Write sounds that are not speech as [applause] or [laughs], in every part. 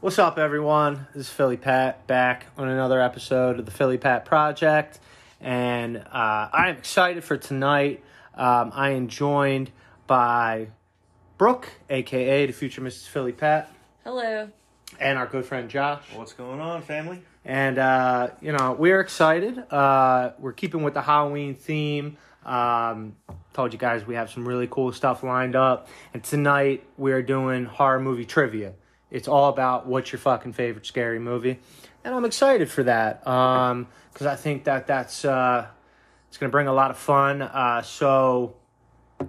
What's up, everyone? This is Philly Pat back on another episode of the Philly Pat Project, and uh, I am excited for tonight. Um, I am joined by Brooke, aka the future Mrs. Philly Pat, Hello. and our good friend Josh. What's going on, family? And, uh, you know, we're excited. Uh, we're keeping with the Halloween theme. Um, told you guys we have some really cool stuff lined up. And tonight we're doing horror movie trivia. It's all about what's your fucking favorite scary movie. And I'm excited for that because I think that that's uh, it's going to bring a lot of fun. Uh, so,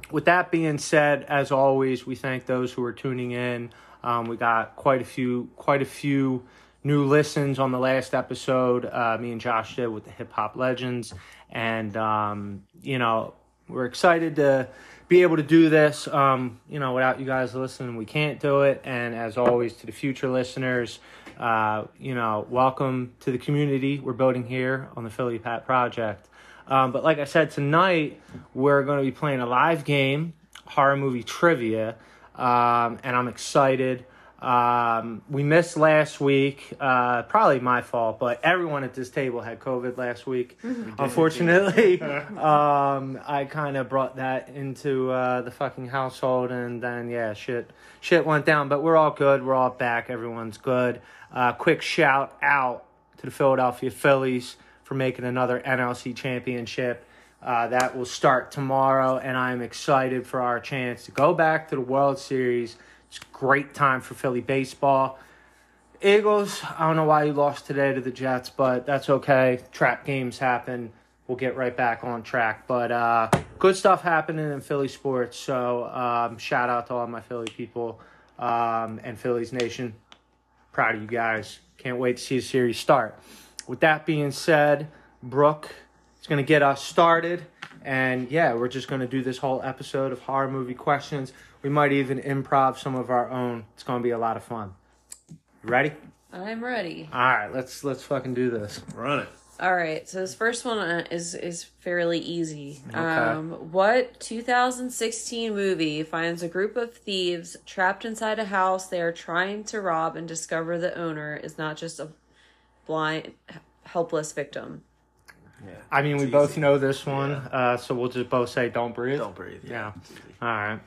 with that being said, as always, we thank those who are tuning in. Um, we got quite a few, quite a few new listens on the last episode. Uh, me and Josh did with the hip hop legends, and um, you know we're excited to be able to do this. Um, you know, without you guys listening, we can't do it. And as always, to the future listeners, uh, you know, welcome to the community we're building here on the Philly Pat Project. Um, but like I said, tonight we're going to be playing a live game, horror movie trivia, um, and I'm excited. Um, we missed last week, uh, probably my fault, but everyone at this table had COVID last week. Unfortunately, um, I kind of brought that into uh, the fucking household, and then yeah, shit, shit went down. But we're all good. We're all back. Everyone's good. Uh, quick shout out to the Philadelphia Phillies for making another NLC championship. Uh, that will start tomorrow, and I'm excited for our chance to go back to the World Series. It's a great time for Philly baseball. Eagles, I don't know why you lost today to the Jets, but that's okay. Trap games happen. We'll get right back on track. But uh, good stuff happening in Philly sports. So um, shout out to all my Philly people um, and Phillies Nation proud of you guys. Can't wait to see the series start. With that being said, Brooke is going to get us started. And yeah, we're just going to do this whole episode of horror movie questions. We might even improv some of our own. It's going to be a lot of fun. You ready? I'm ready. All right, let's let's fucking do this. Run it. All right. So this first one uh, is is fairly easy. Um, what 2016 movie finds a group of thieves trapped inside a house they are trying to rob and discover the owner is not just a blind, helpless victim? I mean, we It's both easy. know this one, uh, so we'll just both say don't breathe. Don't breathe. Yeah. It's easy. All right.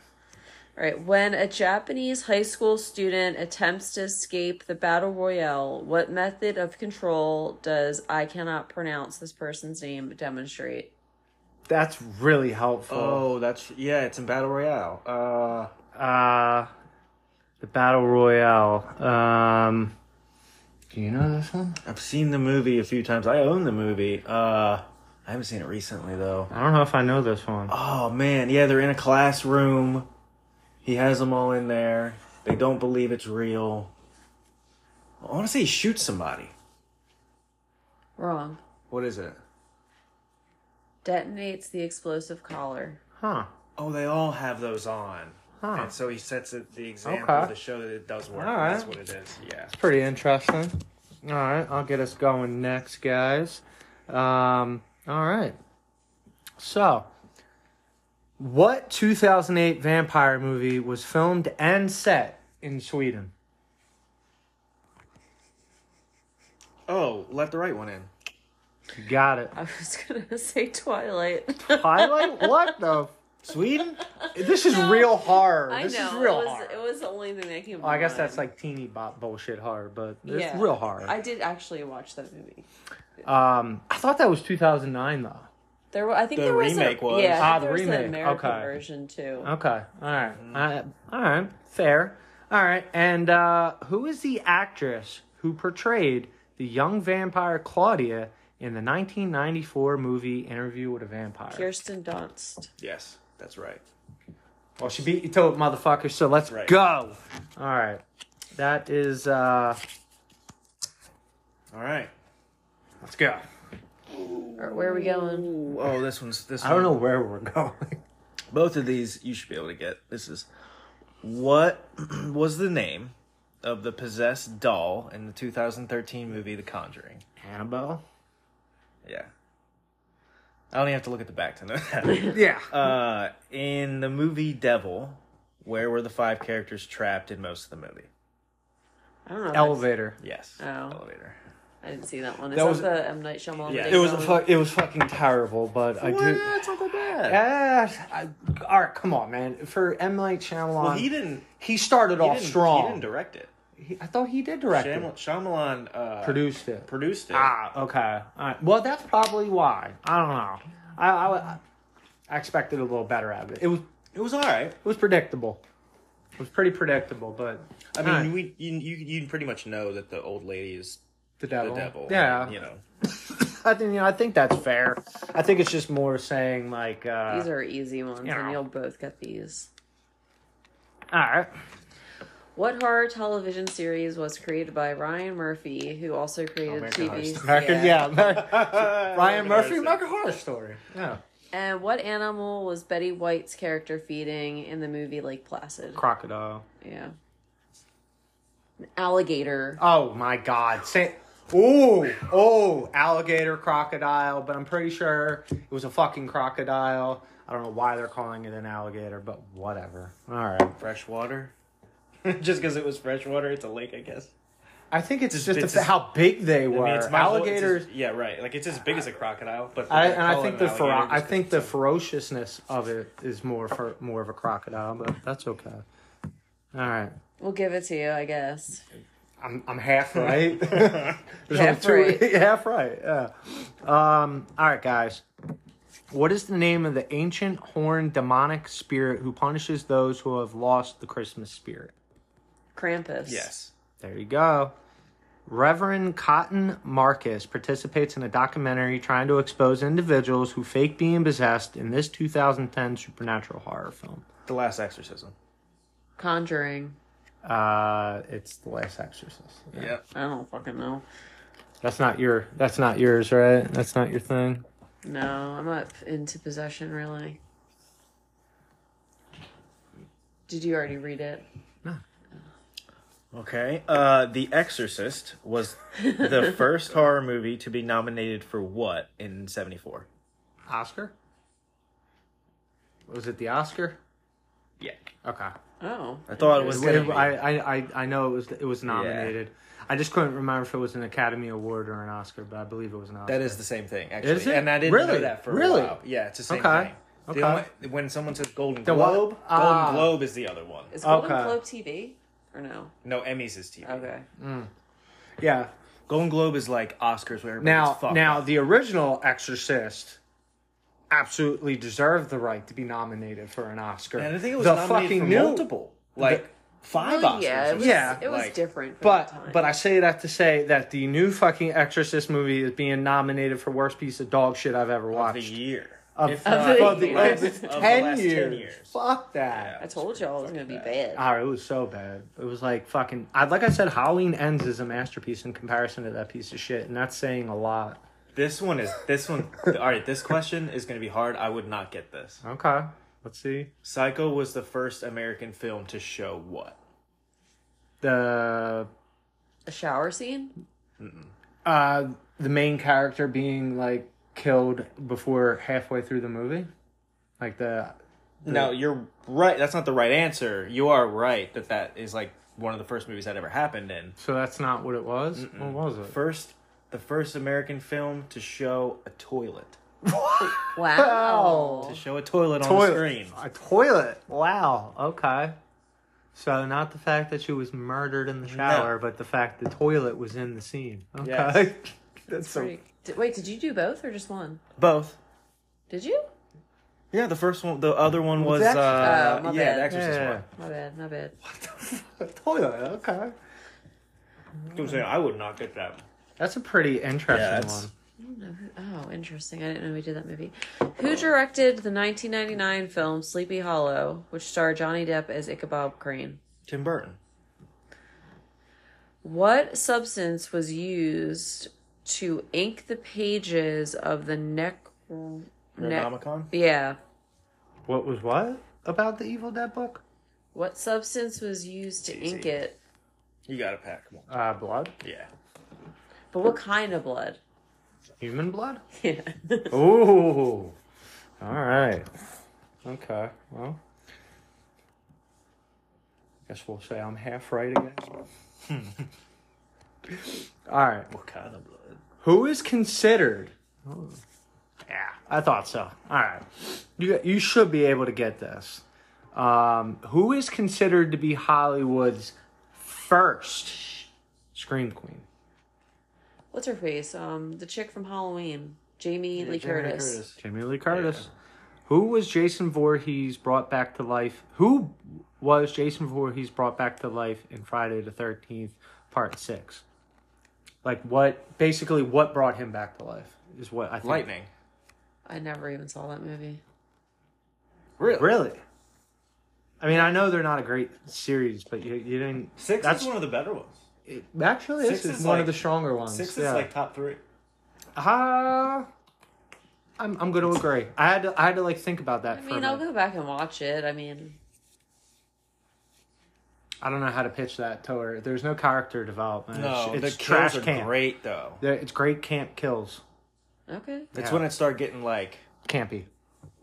All right. When a Japanese high school student attempts to escape the battle royale, what method of control does I cannot pronounce this person's name demonstrate? That's really helpful. Oh, that's yeah. It's in battle royale. Uh, Uh, the Battle Royale. Um, do you know this one? I've seen the movie a few times. I own the movie. Uh, I haven't seen it recently though. I don't know if I know this one. Oh man, yeah. They're in a classroom. He has them all in there. They don't believe it's real. I want to say he shoots somebody. Wrong. What is it? detonates the explosive collar. [laughs] Huh. Oh, they all have those on. Huh. And so he sets it, the example Okay. to show that it does work. All right. That's what it is. Yeah. Pretty interesting. All right, I'll get us going next, guys. Um, all right. So, what 2008 vampire movie was filmed and set in Sweden? Oh, let the right one in. You got it. I was gonna [laughs] say Twilight. Highlight? what the? Sweden? This is real horror. I This know is real it was horror. it was the only thing that came. Oh, I guess that's mind. like teeny bop bullshit horror, but it's Yeah. real horror. I did actually watch that movie. um, I thought that was 2009 though. There were I think The there was remake a, was- yeah I Ah, think the there was an remake, American okay. Oh. version too. Okay. All right. I, all right. Fair. All right. And uh, who is the actress who portrayed the young vampire Claudia in the 1994 movie Interview with a Vampire? Kirsten Dunst. Yes, that's right. Well, she beat you to it, motherfucker. So let's Right. go. All right. That is. Uh, All right. let's go. Or where are we going? Ooh, oh, this one's this. I don't one- know where we're [laughs] going. Both of these you should be able to get. This is what [clears throat] was the name of the possessed doll in the 2013 movie The Conjuring? Annabelle. Yeah. I don't even have to look at the back to know [laughs] that. Yeah. uh, in the movie Devil, where were the five characters trapped in most of the movie? I don't know. if Elevator. Yes. Oh. Elevator. I, I didn't see that one. Is That that, was- the M Night Shyamalan? Yeah. It was a one? fu- it was fucking terrible, but I What? do. It's not that bad. Ah, I, all right, come on, man. For M Night Shyamalan, Well, he, he didn't. started He off didn't, strong. He didn't direct it. He- I thought he did direct Shyam- it, Shyamalan uh, produced it. produced it. Ah, okay. All right. Well, that's probably why. I don't know. I I, I expected a little better out of it. It was it It was all right. was predictable. It was pretty predictable, but I mean, Alright. we you, you you pretty much know that the old lady is the the devil. devil. Yeah. you know. I think you know, I think that's fair. I think it's just more saying like. Uh, These are easy ones, You know. and you'll both get these. all right. What horror television series was created by Ryan Murphy, who also created American Horror TV? Story. American, yeah. [laughs] American, Ryan [laughs] Ryan Murphy, Murphy. American Horror Story. Yeah. And what animal was Betty White's character feeding in the movie Lake Placid? Crocodile. Yeah. An alligator. Oh my God! Say, ooh, oh, alligator, crocodile. But I'm pretty sure it was a fucking crocodile. I don't know why they're calling it an alligator, but whatever. All right. Freshwater. [laughs] Just because it was freshwater, it's a lake, I guess. I think it's, It's- just it's- about how big they I were. mean, it's my whole- it's as- Alligators. yeah, right. Like it's as big as a crocodile, but I, they're and I calling think it the an alligator fero- I just 'cause think it's the a- ferociousness of it is more for more of a crocodile, but that's okay. All right. We'll give it to you, I guess. I'm I'm [laughs] half right. There's Half only right. two- half right. [laughs] Yeah. Um. All right, guys. What is the name of the ancient horned demonic spirit who punishes those who have lost the Christmas spirit? Krampus. yes. There you go. Reverend Cotton Marcus participates in a documentary trying to expose individuals who fake being possessed in this 2010 supernatural horror film. The Last Exorcism. Conjuring. Uh, it's The Last Exorcist. Yeah. I don't fucking know. That's not your. That's not yours, right? That's not your thing. No, I'm not into possession really. Did you already read it? Okay. Uh, the Exorcist was [laughs] the first horror movie to be nominated for what in '74? Oscar? Was it the Oscar? Yeah. Okay. Oh. I thought it was It- gonna be. I, I, I, I know it was it was nominated. I just couldn't remember if it was an Academy Award or an Oscar, but I believe it was an Oscar. That is the same thing, actually. Is it? And I didn't Really? know that for Really? a while. Yeah, it's the same Okay. thing. Okay. The only- when someone says Golden The what? Globe, Ah. Golden Globe is the other one. Is Golden Okay. Globe TV? Or no? No, Emmys is TV. Um, Okay. yeah. Golden Globe is like Oscars where everybody's Now, fucked now up. the original Exorcist absolutely deserved the right to be nominated for an Oscar. and I think it was the nominated fucking for new- multiple, like five Well, Oscars. Oh, yeah, it was, Yeah, it was like- different. For the time. But but I say that to say that the new fucking Exorcist movie is being nominated for worst piece of dog shit I've ever of watched. the year. Of- If Of not- the Of the- year. of the Of the ten last 10 years. years. Fuck that. I Yeah. told y'all it was gonna be bad. Oh, it was so bad. It was like fucking. I like I said, Halloween Ends is a masterpiece in comparison to that piece of shit, and that's saying a lot. This one is this one. all right, this question is going to be hard. I would not get this. Okay, let's see. Psycho was the first American film to show what? The A shower scene? uh, the main character being like killed before halfway through the movie, like the No, you're right. That's not the right answer. You are right that that is like one of the first movies that ever happened. And so that's not what it was. What was it? first, the first American film to show a toilet. [laughs] Wow. To show a toilet, on the screen. A toilet. Wow. Okay. So not the fact that she was murdered in the shower, but the fact the toilet was in the scene. Okay. Yes. [laughs] that's so Pretty- Did, wait, did you do both or just one? Both. Did you? Yeah, the first one. The other one was. the Uh, Exorcist? Oh, my yeah, bad. the Exorcist Yeah. one. My bad, my bad. toilet. Okay. I'm saying I would not get that. That's a pretty Yeah, interesting it's- one. Oh, interesting. I didn't know we did that movie. Who directed the 1999 film Sleepy Hollow, which starred Johnny Depp as Ichabod Crane? Tim Burton. What substance was used to ink the pages of the neck? neck Necronomicon. yeah. What was what about the Evil Dead book? What substance was used to ink easy. it? You got a pack. Come on. Uh, blood, Yeah. But what kind of blood? [laughs] human blood. Yeah. Ooh. All right. Okay. Well, guess we'll say I'm half right again. All right. What kind of blood? Who is considered? Yeah, I thought so. All right, you you should be able to get this. Um, who is considered to be Hollywood's first scream queen? What's her face? Um, the chick from Halloween, Jamie Lee Curtis. Jamie Lee Curtis. Who was Jason Voorhees brought back to life? Who was Jason Voorhees brought back to life in Friday the Thirteenth Part Six? Like what? Basically, what brought him back to life is what I think. Lightning. I never even saw that movie. Really? Really? I mean, I know they're not a great series, but you, you didn't. Six That's is one of the better ones. it, actually this Six is, is one like- of the stronger ones. Six yeah. is like top three. Ah, I'm I'm going to agree. I had to I had to like think about that I for mean, a I'll minute. go back and watch it. I mean, I don't know how to pitch that to her. There's no character development. No, it's, it's the trash trash are camp. great though. They're- It's great camp kills. okay. That's Yeah. when it started getting like Campy,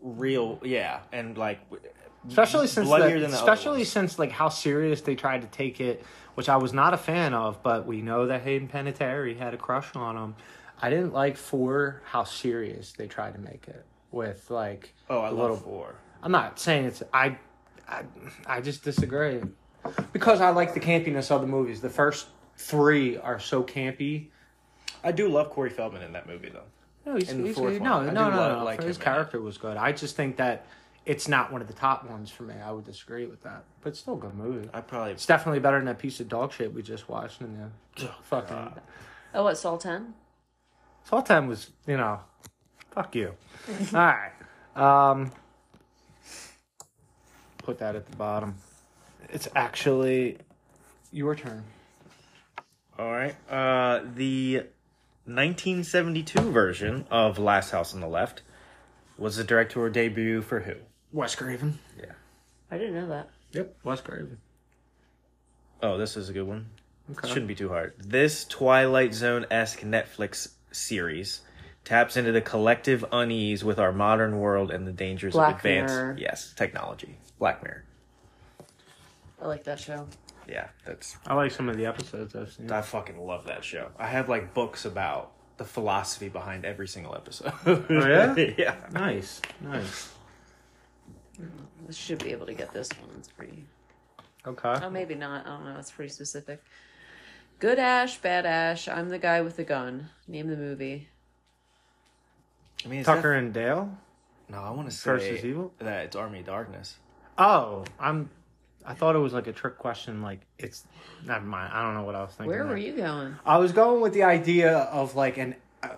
real, yeah, and like w- especially since the, bloodier than the other especially ones. since like how serious they tried to take it, which I was not a fan of. But we know that Hayden Panettiere had a crush on him. I didn't like four how serious they tried to make it with like oh, I the love four. I'm not saying it's I, I, I just disagree because I like the campiness of the movies. The first three are so campy. I do love Corey Feldman in that movie though. No, he's, And the he's fourth good. one. No, I no, do no, like- no. like his him in it. character was good. I just think that it's not one of the top ones for me. I would disagree with that, but it's still a good movie. I probably It's definitely better than that piece of dog shit we just watched in the [laughs] fucking. Oh, what Saw Ten? Salt time was, you know, fuck [laughs] you. All right. Um, put that at the bottom. It's actually your turn. All right. Uh, the 1972 version of Last House on the Left was the directorial debut for who? Wes Craven. Yeah. I didn't know that. Yep, Wes Craven. Oh, this is a good one. Okay. Shouldn't be too hard. This Twilight Zone esque Netflix series taps into the collective unease with our modern world and the dangers Black of advanced Mirror. yes technology. Black Mirror. I like that show. Yeah, that's I like some of the episodes I've seen. I fucking love that show. I have like books about the philosophy behind every single episode. [laughs] Oh, yeah? yeah. Nice, nice. I should be able to get this one. It's pretty. Okay. Oh, maybe not. I don't know. It's pretty specific. Good Ash, Bad Ash. I'm the guy with the gun. Name the movie. I mean, it's Tucker and Dale. def- no, I want to say versus Evil? that it's Army of Darkness. Oh, I'm. I thought it was like a trick question. Like it's. Never mind. I don't know what I was thinking. Where there. were you going? I was going with the idea of like an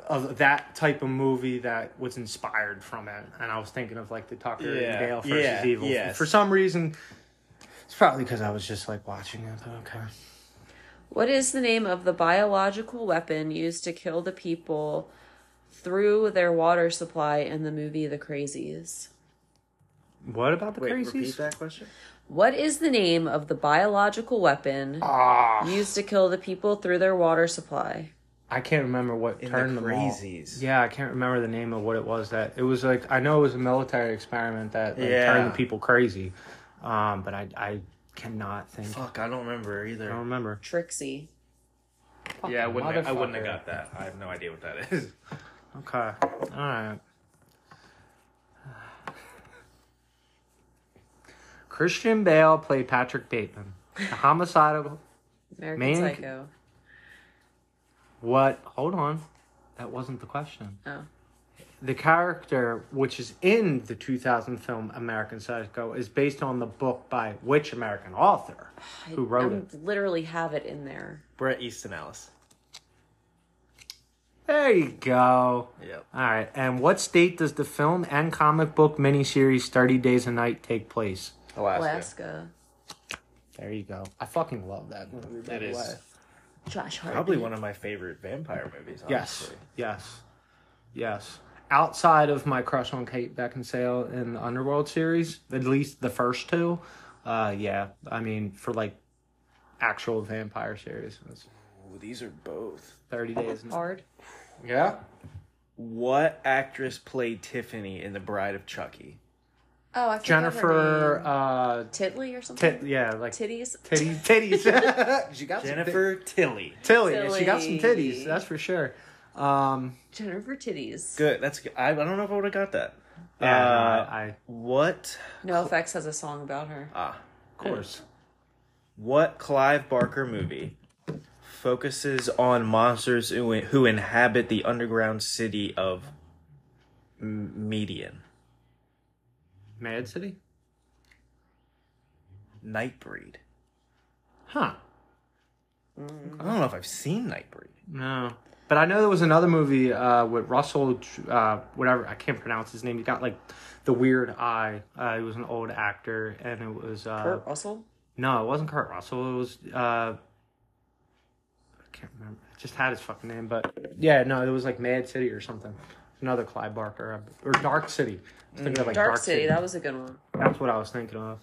of that type of movie that was inspired from it, and I was thinking of like the Tucker Yeah, and Dale versus yeah, Evil. yes. For some reason, it's probably because I was just like watching it. Okay, What is the name of the biological weapon used to kill the people through their water supply in the movie The Crazies? what about the crazies? that question. What is the name of the biological weapon Ah, used to kill the people through their water supply? I can't remember what In turned the them all. Crazies. Yeah, I can't remember the name of what it was that it was like. I know it was a military experiment that like, Yeah. turned the people crazy, um, but I I cannot think. Fuck, I don't remember either. I don't remember. Trixie. yeah, I wouldn't. Have, I Motherfucker. wouldn't have got that. I have no idea what that is. Okay. All right. Christian Bale played Patrick Bateman. The homicidal. American Man- Psycho. What? Hold on. That wasn't the question. Oh. The character, which is in the 2000 film American Psycho, is based on the book by which American author who wrote I it? literally have it in there. [laughs] Brett Easton Ellis. There you go. Yep. All right. And what state does the film and comic book miniseries 30 Days a Night take place? Alaska. Alaska. There you go. I fucking love that movie. by It the is way. Josh Hart. probably one of my favorite vampire movies. Yes. Honestly. Yes. Yes. Outside of my crush on Kate Beckinsale in the Underworld series, at least the first two, uh, yeah. I mean, for like actual vampire series, it was Ooh, these are both. thirty days. and- Hard. Yeah. What actress played Tiffany in The Bride of Chucky? Oh, I forgot her Jennifer. name. Uh, Titley or something. tit, yeah, like Titties. titties. Titties. [laughs] she got some Jennifer Tilly. tit- Tilly. yeah, She got some Tilly. titties. That's for sure. Um, Jennifer Titties. Good. That's good. I, I don't know if I would have got that. yeah, no, Uh, I, I, of What? No NoFX has a song about her. Uh, Ah, course. what Clive Barker movie focuses on monsters who, who inhabit the underground city of M- Median? Mad City. Nightbreed. Huh. I don't know if I've seen Nightbreed. No. But I know there was another movie uh, with Russell, uh, whatever, I can't pronounce his name. He got like the weird eye. Uh, he was an old actor, and it was. Uh, Kurt Russell. No, it wasn't Kurt Russell. It was. Uh, I can't remember. I just had his fucking name, but. Yeah, no, it was like Mad City or something. Another Clive Barker. uh, Or Dark City. I was thinking of, like, Dark, City. That was a good one. That's what I was thinking of.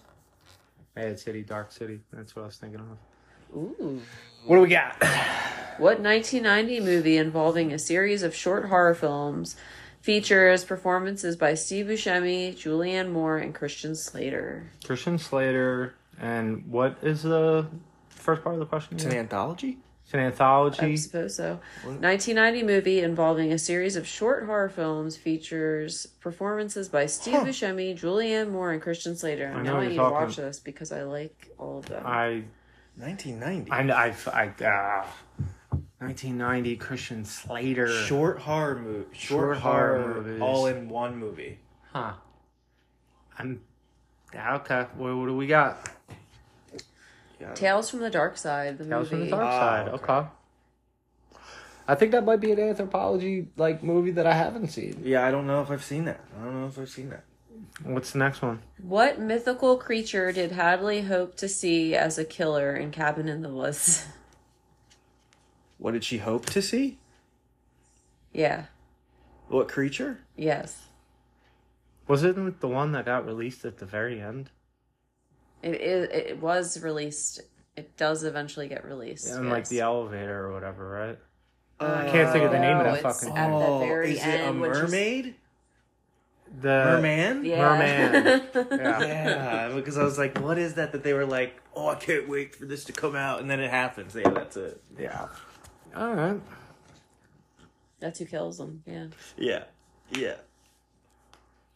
Mad City, Dark City. That's what I was thinking of. Ooh. What do we got? What 1990 movie involving a series of short horror films features performances by Steve Buscemi, Julianne Moore, and Christian Slater? Christian Slater, and what is the first part of the question? again? anthology? It's an anthology. I suppose so. 1990 movie involving a series of short horror films features performances by Steve Buscemi, Julianne Moore, and Christian Slater. And know now what I you're need to watch talking- this because I like all of them. I 1990. I I I. Uh, 1990 Christian Slater. Short horror movie. Short, Short horror horror, movies. all in one movie. Huh. I'm. yeah, Okay. What, what do we got? Tales from the Dark Side, the Tales from movie. the Dark Ah, Side. Okay. okay. I think that might be an anthropology like movie that I haven't seen. Yeah, I don't know if I've seen that. I don't know if I've seen that. What's the next one? What mythical creature did Hadley hope to see as a killer in Cabin in the Woods? [laughs] What did she hope to see? yeah. What creature? Yes. Wasn't it the one that got released at the very end? It is. It, was released. It does eventually get released. In like yes. the elevator or whatever, right? I can't think of the name of that No, Oh, it's fucking. at the very Uh, oh, is it a end, which is- mermaid? The Merman? Yeah. [laughs] Yeah. Yeah, because I was like, what is that that they were like, oh, I can't wait for this to come out, and then it happens. Yeah, that's it. yeah. All right. That's who kills him. Yeah. Yeah. Yeah.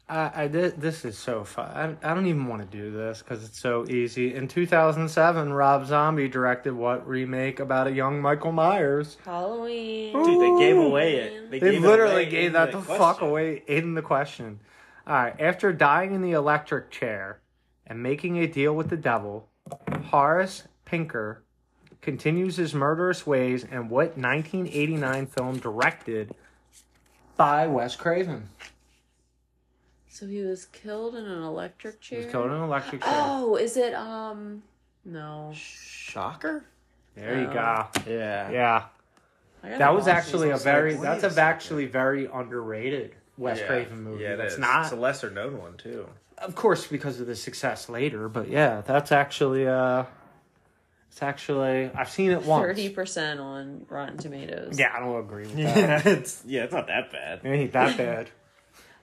I, I thi- this is so fun. I, I don't even want to do this because it's so easy. In 2007, Rob Zombie directed what remake about a young Michael Myers? Halloween. Dude, they gave Ooh. away it. They, They gave it literally away gave in that the, fuck question. away in the question. All right. After dying in the electric chair and making a deal with the devil, Horace Pinker continues his murderous ways in what 1989 film directed by Wes Craven? So he was killed in an electric chair. He was killed in an electric chair. Oh, is it? Um, no. Shocker? There you Oh. go. Yeah. Yeah. I gotta That was watch actually a these. very like, that's wait a a actually very underrated Wes Craven movie. Yeah, it that's is. not It's a lesser known one, too. of course because of the success later, but yeah, that's actually uh it's actually I've seen it once. thirty percent on Rotten Tomatoes. Yeah, I don't agree with that. [laughs] Yeah, it's, yeah, it's not that bad. It ain't that bad.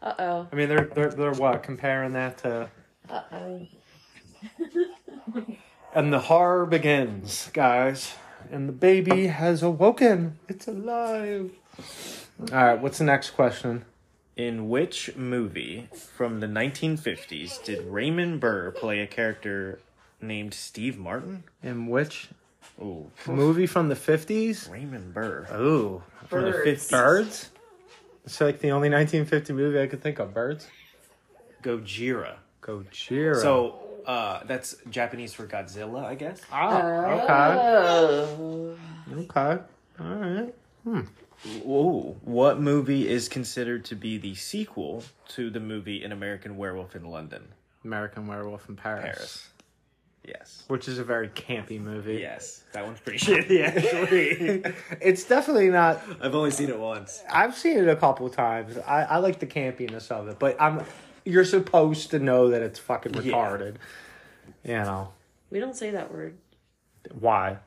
Uh oh. I mean they're they're they're what, comparing that to Uh oh. And the horror begins, guys. And the baby has awoken. It's alive. Alright, what's the next question? In which movie from the 1950s did Raymond Burr play a character named Steve Martin? In which Oh, movie from the fifties? Raymond Burr. Ooh, from the Birds. 50s. Birds? It's like the only 1950 movie I could think of. Birds? Gojira. Gojira. So uh, that's Japanese for Godzilla, I guess. Uh, Ah, Oh. okay. Okay. All right. Whoa. What movie is considered to be the sequel to the movie An American Werewolf in London? American Werewolf in Paris. Paris. Yes. Which is a very campy movie. Yes. That one's pretty [laughs] shitty, actually. It's definitely not. [laughs] I've only seen it once. I've seen it a couple times. I, I like the campiness of it, but I'm. You're supposed to know that it's fucking Yeah. retarded. You know We don't say that word. why?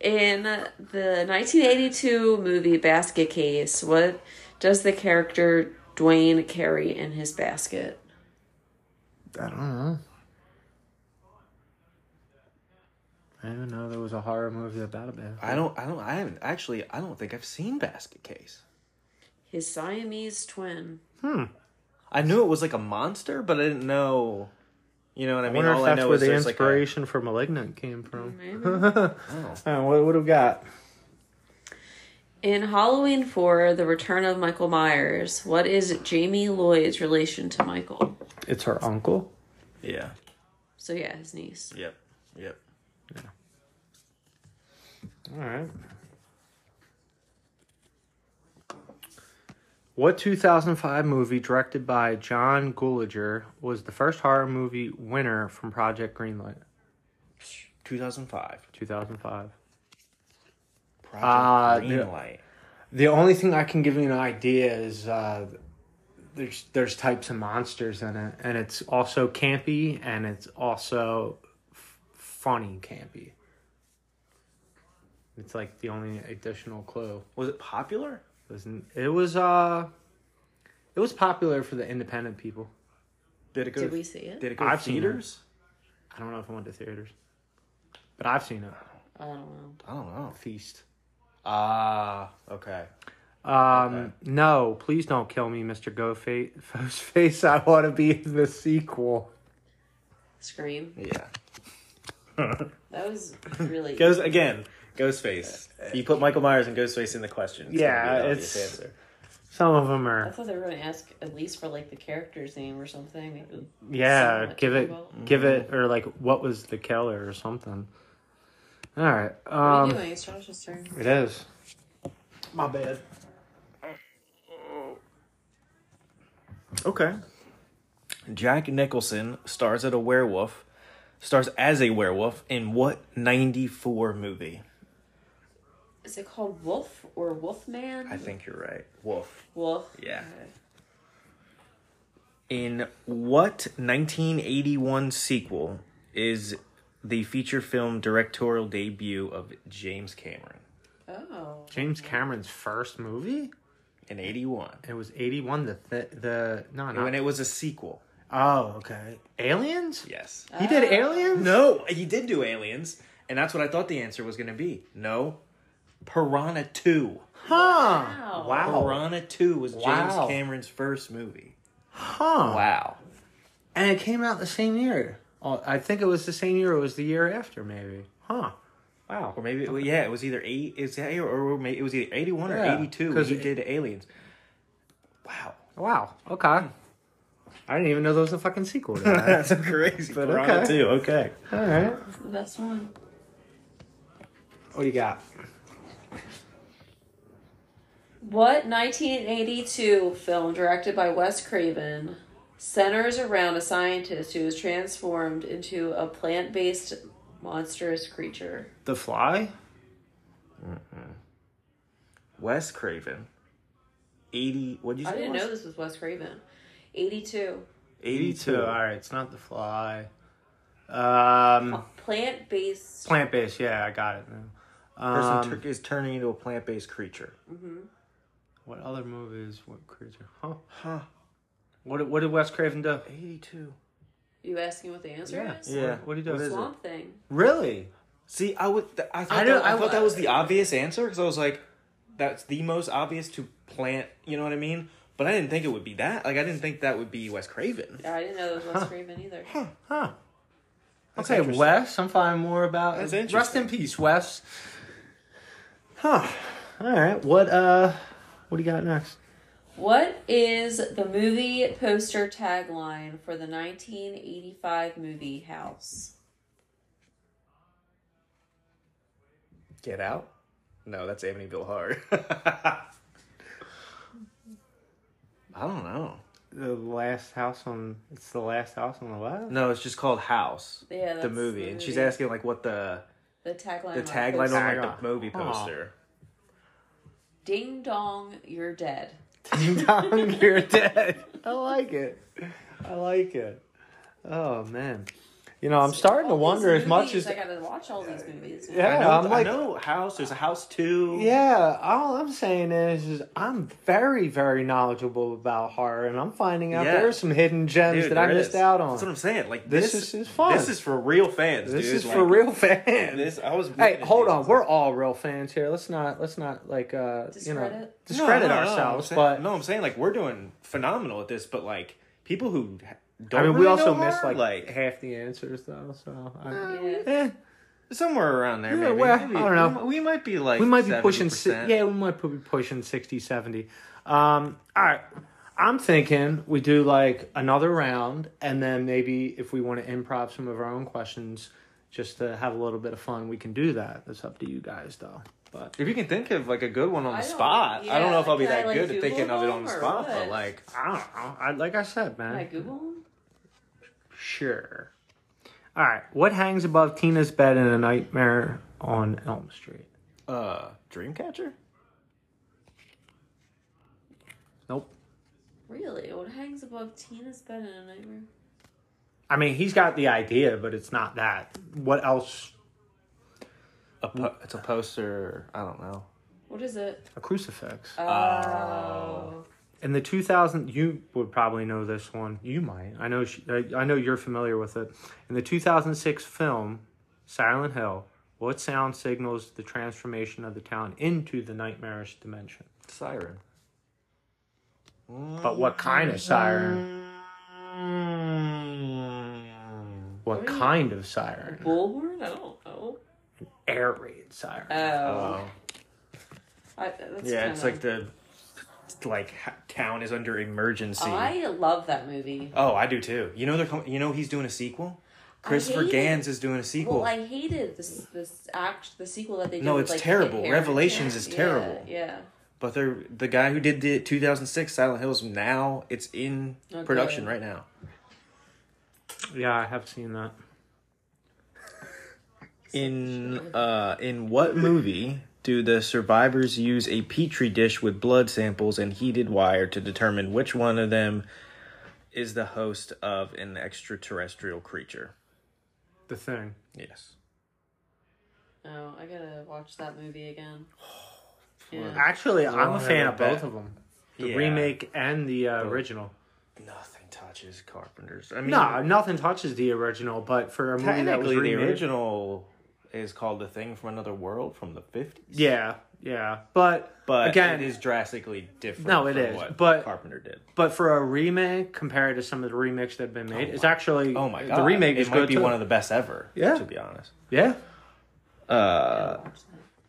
In the 1982 movie Basket Case, what does the character Dwayne carry in his basket? I don't know. I didn't know there was a horror movie about a bear. I don't. I don't. I haven't actually. I don't think I've seen Basket Case. His Siamese twin. I knew it was like a monster, but I didn't know. You know what I, I mean? wonder All if I that's know where is the there's like a, Oh. inspiration for Malignant came from. Maybe. Uh, what would have got? In Halloween 4, The Return of Michael Myers, what is Jamie Lloyd's relation to Michael? It's her uncle. yeah. So, yeah, his niece. Yep. Yep. All right. What 2005 movie directed by John Gulager was the first horror movie winner from Project Greenlight? 2005. 2005. Project Uh, the- Greenlight. The only thing I can give you an idea is uh, there's there's types of monsters in it, and it's also campy and it's also f- funny campy. It's like the only additional clue. Was it popular? Wasn't it was uh it was popular for the independent people. Did it go? Did we see it? Did it go I've to seen it. theaters? I don't know if I went to theaters, but I've seen it. I don't know. I don't know. Feast. Ah. okay. Um, no, please don't kill me, Mister Go [laughs] Face. I want to be in the sequel. Scream. Yeah. That [laughs] was really. Goes again. Ghostface. You put Michael Myers and Ghostface in the question. It's Yeah, gonna be an obvious it's- answer. Some of them I are. thought they were going to ask at least for like the character's name or something. Maybe Yeah, somewhat give it, difficult. give it, or like, what was the killer or something? All right. What are Um, you doing? It's Josh's turn. it is. My bad. Okay. Jack Nicholson stars as a werewolf, stars as a werewolf in what 94 movie? Is it called Wolf or Wolfman? I think you're right. Wolf. Wolf. Yeah. Okay. In what 1981 sequel is the feature film directorial debut of James Cameron? Oh. James Cameron's first movie. In 81. It was eighty-one. The th- the no, When no. it was a sequel. Oh, okay. Aliens. Yes. He did Aliens. No, he did do aliens, and that's what I thought the answer was going to be. No, Piranha Two. Huh. Wow. Piranha Two was Wow. James Cameron's first movie. Huh. Wow. And it came out the same year. Oh, I think it was the same year. It was the year after, maybe. Huh. Wow. Or maybe well, yeah, it was either eight. It's or maybe it was either eighty one Yeah, or eighty two. 'cause Because he it- did aliens. Wow, Wow. Okay. I didn't even know there was a fucking sequel. To that. [laughs] [laughs] [laughs] that's crazy. But Piranha okay. Two. Okay. All right. That's the best one. What do you got? What 1982 film directed by Wes Craven centers around a scientist who is transformed into a plant based monstrous creature? The Fly. Wes Craven. Eighty. What did you I say? didn't know this was Wes Craven. 82. Eighty two. All right. It's not The Fly. Hmm. Um, Plant based. plant based. Yeah, I got it. Now. Um, Person tur- is turning into a plant based creature. what other movies? What creature? Huh. Huh. What? What did Wes Craven do? Eighty two. You asking what the answer is? Yeah. What did he do? What is it? Swamp Thing. Really? See, I would. Th- I thought, I don't- that, I I thought that wa- was the obvious answer because I was like, that's the most obvious to plant. You know what I mean? But I didn't think it would be that. Like, I didn't think that would be Wes Craven. I didn't know that was Wes Craven either. Huh. That's okay, interesting. Wes. I'm finding more about. That's Rest interesting. in peace, Wes. Huh. All right. What uh? What do you got next? What is the movie poster tagline for the 1985 movie House? Get out? No, that's Amityville [laughs] Horror. I don't know. The last house on. It's the last house on the [laughs] left. No, it's just called House. Yeah, that's the movie, and she's movie. asking like what the the tagline. the on tagline poster. on like Tagline. the movie Aw. poster. Ding dong, you're dead. Ding dong, [laughs] you're dead. I like it. I like it. Oh man. You know, I'm starting to All these wonder as much movies, as I gotta watch all these movies. now. Yeah. I know, I'm i like- know House. There's a House Two. Yeah, all I'm saying is, is I'm very, very knowledgeable about horror, and I'm finding out Yeah. there are some hidden gems Dude, that I there missed is. out on. That's what I'm saying. Like This this, is- is fun. This is for real fans. this dude. is Like, for real fans. This I was. hey, looking at hold these, I on, was we're like, all real fans here. Let's not, let's not like, uh, you know, Discredit? No, discredit no, no, ourselves. I'm saying- but no, I'm saying like we're doing phenomenal at this. But like people who ha- don't. I mean, we really also know horror, missed like, like half the answers though. So I, Yeah. eh, somewhere around there. Yeah, maybe. well, Maybe. I don't know. We, we might be like we might be pushing. si- 70%. Yeah, we might be pushing 60, 70. Um, all right. I'm thinking we do like another round, and then maybe if we want to improv some of our own questions, just to have a little bit of fun, we can do that. That's up to you guys, though. But If you can think of like a good one on I the don't- spot, I don't yeah, know if I'll be can I, that like, good at Google thinking of it on the them or spot, what? but like I don't know. I, like I said, man. Can I Google them? Sure. All right. What hangs above Tina's bed in a nightmare on Elm Street? uh Dreamcatcher? Nope. Really? What hangs above Tina's bed in a nightmare? I mean, he's got the idea, but it's not that. What else? A po- it's a poster, I don't know. What is it? A crucifix. Oh. Oh. In the 2000, you would probably know this one. You might. I know. She, I, I know you're familiar with it. In the 2006 film Silent Hill, what sound signals the transformation of the town into the nightmarish dimension? Siren. But what kind of siren? Mm. What What are you- kind of siren? Bullhorn? I don't know. Air raid siren. Oh. I, that's Yeah, it's kinda- like the like ha- town is under emergency. Oh, I love that movie. oh, I do too. You know they're com- you know he's doing a sequel? Christopher hate Gans is doing a sequel. Well, I hated this this act the sequel that they did. No, with, it's like, terrible. Kit Harington. Revelations is Yeah, terrible. Yeah. but they're the guy who did the 2006 Silent Hills now it's in Okay. production right now. Yeah, I have seen that. In uh, in what movie do the survivors use a petri dish with blood samples and heated wire to determine which one of them is the host of an extraterrestrial creature? The thing. Yes. Oh, I gotta watch that movie again. Yeah. Actually, I'm a Well, fan I of both bet. of them. The Yeah. remake and the uh, original. Nothing touches Carpenter's. I mean, No, nothing touches the original, but for a movie that was technically the remade, original is called The Thing from Another World from the 50s. yeah, yeah. But But again, it is drastically different No, it from is, what but- Carpenter did. but for a remake compared to some of the remakes that have been made, it's actually Oh my god. the remake it is might good be too. one of the best ever, Yeah. to be honest. yeah, Uh Watch that.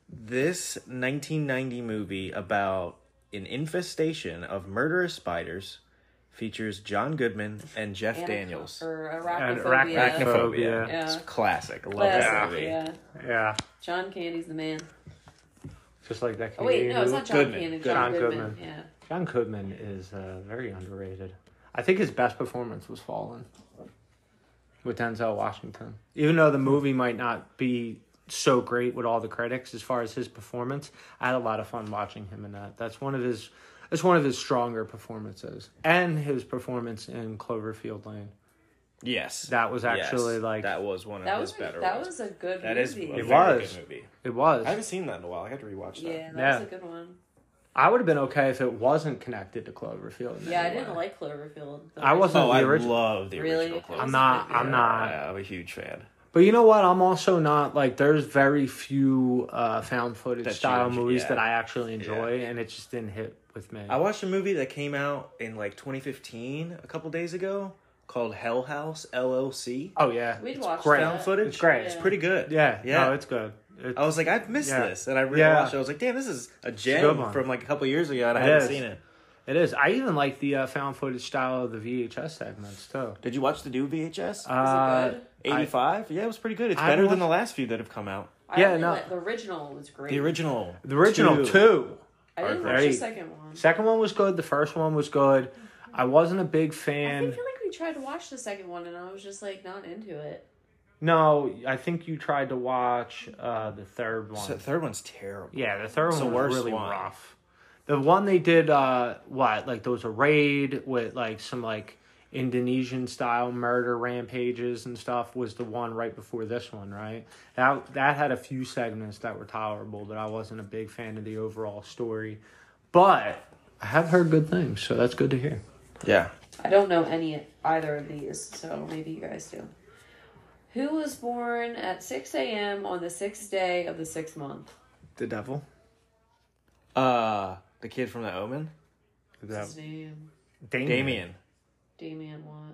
this 1990 movie about an infestation of murderous spiders features John Goodman and Jeff Anaco- Daniels. or And arachnophobia. arachnophobia. Arachnophobia. Yeah. It's classic. I Love that Classic, movie. yeah. yeah. John Candy's the man. Just like that. Oh wait, Canadian no, it's movie. not John Goodman. Candy. John John Goodman. Goodman. Yeah. John Goodman is uh, very underrated. I think his best performance was Fallen with Denzel Washington. Even though the movie might not be so great with all the critics as far as his performance, I had a lot of fun watching him in that. That's one of his that's one of his stronger performances. And his performance in Cloverfield Lane. Yes. That was actually, like- that was one of That his was a, better that ones. was a good that is a movie. very was. good movie. It I was. haven't seen that in a while. I had to rewatch that. Yeah, that Yeah. was a good one. I would have been okay if it wasn't connected to Cloverfield. in Yeah, I any didn't way. like Cloverfield. but I wasn't- Oh, I The original- love the Really? original. Cloverfield. I'm not I'm not Yeah, I'm a huge fan. But you know what? I'm also not like there's very few uh, found footage That style change, movies yeah. that I actually enjoy, and it just didn't hit with me. I watched a movie that came out in like 2015, a couple days ago, called Hell House LLC. oh yeah, We'd it's watch great. that. Found footage. It's great. It's pretty good. Yeah, Yeah. no, it's good. It, I was like, I've missed Yeah. this, and I rewatched Yeah. it. I was like, damn, this is a good gem one. from like a couple years ago, and I It haven't is. seen it. it is. I even like the uh, found footage style of the VHS segments too. Did you watch the new VHS? Is it Uh, good? Eighty-five. yeah, it was pretty good. It's I better watched- than the last few that have come out. I yeah, only no. li- the original was great. The original. the original two. two. I didn't are watch the great. second one. Second one was good. The first one was good. I wasn't a big I feel fan. like we tried to watch the second one and I was just like not into it. No, I think you tried to watch uh, the third one. So the third one's terrible. Yeah, the third It's the one was worst really one. rough. The one they did, uh, what like there was a raid with like some like Indonesian style murder rampages and stuff was the one right before this one, right? That that had a few segments that were tolerable, but I wasn't a big fan of the overall story. But I have heard good things, so that's good to hear. Yeah. I don't know any either of these, so maybe you guys do. Who was born at 6 a.m. on the sixth day of the sixth month? The devil. Uh, the kid from The Omen, What's his name? Damien. Damien. Damien what?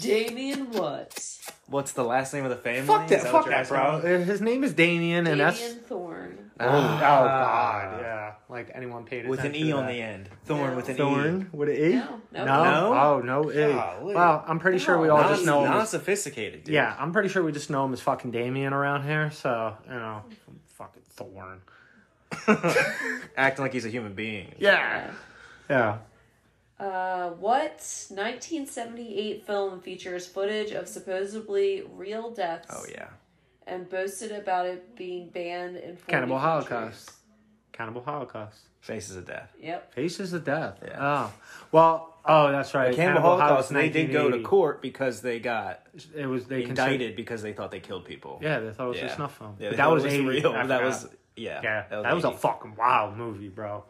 Damien what? What's the last name of the family? Fuck Is that, what fuck you're that, asking bro. about? His name is Damien, and Damien that's Thorn. oh, Ah. god, yeah. Like anyone paid With an attention E to on that. the end. Thorn No. with an E. Thorn with an E? No, no. Oh, no E. Golly. Wow, I'm pretty sure we all Not, just know him. not as- sophisticated, dude. yeah, I'm pretty sure we just know him as fucking Damien around here. So you know, fucking Thorn. Acting like he's a human being. Yeah, yeah. Uh, what 1978 film features footage of supposedly real deaths Oh yeah. and boasted about it being banned in 40 Cannibal countries? Holocaust. Cannibal Holocaust. Faces of death. Yep. Faces of Death. Yeah. Oh, well. Oh, that's right. Cannibal Holocaust. and They 1980. did go to court because they got It was they considered- indicted because they thought they killed people. Yeah, they thought it was Yeah. a snuff film. Yeah, but they that thought was, it 80. real. I That forgot. was yeah. Yeah, that was a 80. fucking wild movie, bro.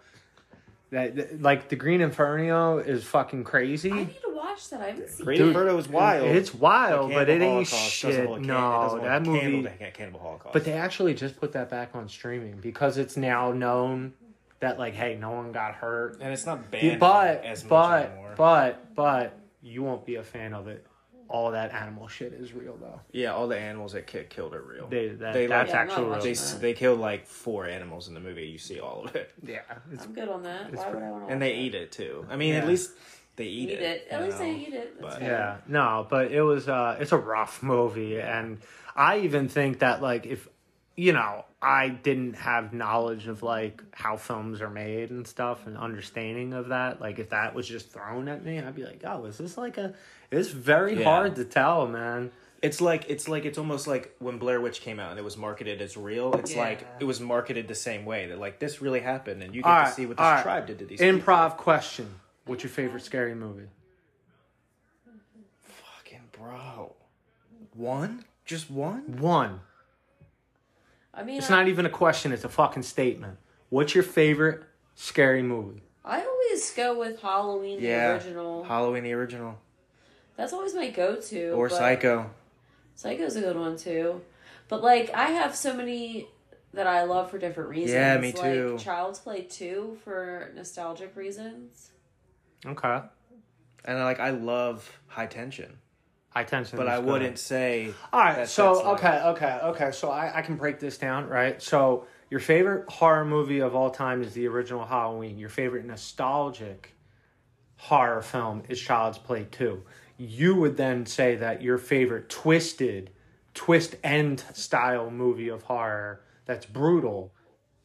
That, that- like the Green Inferno is fucking crazy. I need to watch that. I haven't seen Great it. Inferno was wild. It's wild, The but it Cannibal ain't Holocaust doesn't shit. hold a can- it no, doesn't that hold a movie. Cannibal, Can- Cannibal Holocaust. But they actually just put that back on streaming because it's now known that like, hey, no one got hurt. and it's not banned Yeah, but as much but anymore. but but you won't be a fan of it. All that animal shit is real though. yeah, all the animals that ki- killed are real. They, that, They that's like- Yeah, I'm actual not real. They watching s- that. they killed like four animals in the movie. You see all of it, Yeah, it's, I'm good on that. Why would I want to? and they eat it too. I mean, Yeah. at least they eat, Eat it. At you least they know? eat it. That's But- fair. yeah. No, but it was uh, it's a rough movie, and I even think that like if you know I didn't have knowledge of like how films are made and stuff and understanding of that, like if that was just thrown at me, I'd be like, oh, is this like a? It's very Yeah. hard to tell, man. It's like it's like it's almost like when Blair Witch came out and it was marketed as real. It's Yeah. like it was marketed the same way that like this really happened and you get All to right, see what this all right. tribe did to these people. Improv question: What's your favorite scary movie? Fucking bro, one just one. One. I mean, It's I, not even a question. It's a fucking statement. What's your favorite scary movie? I always go with Halloween the original. Halloween the original That's always my go-to. or but- Psycho. Psycho's a good one too. But like I have so many that I love for different reasons. Yeah, me Like, too. Child's Play 2 for nostalgic reasons. Okay. And like I love High Tension, High tension. but is I good. wouldn't say. All right. that so that's, like- okay, okay, okay. So I, I can break this down, right? So your favorite horror movie of all time is the original Halloween. Your favorite nostalgic horror film is Child's Play Two. You would then say that your favorite twisted, twist end style movie of horror that's brutal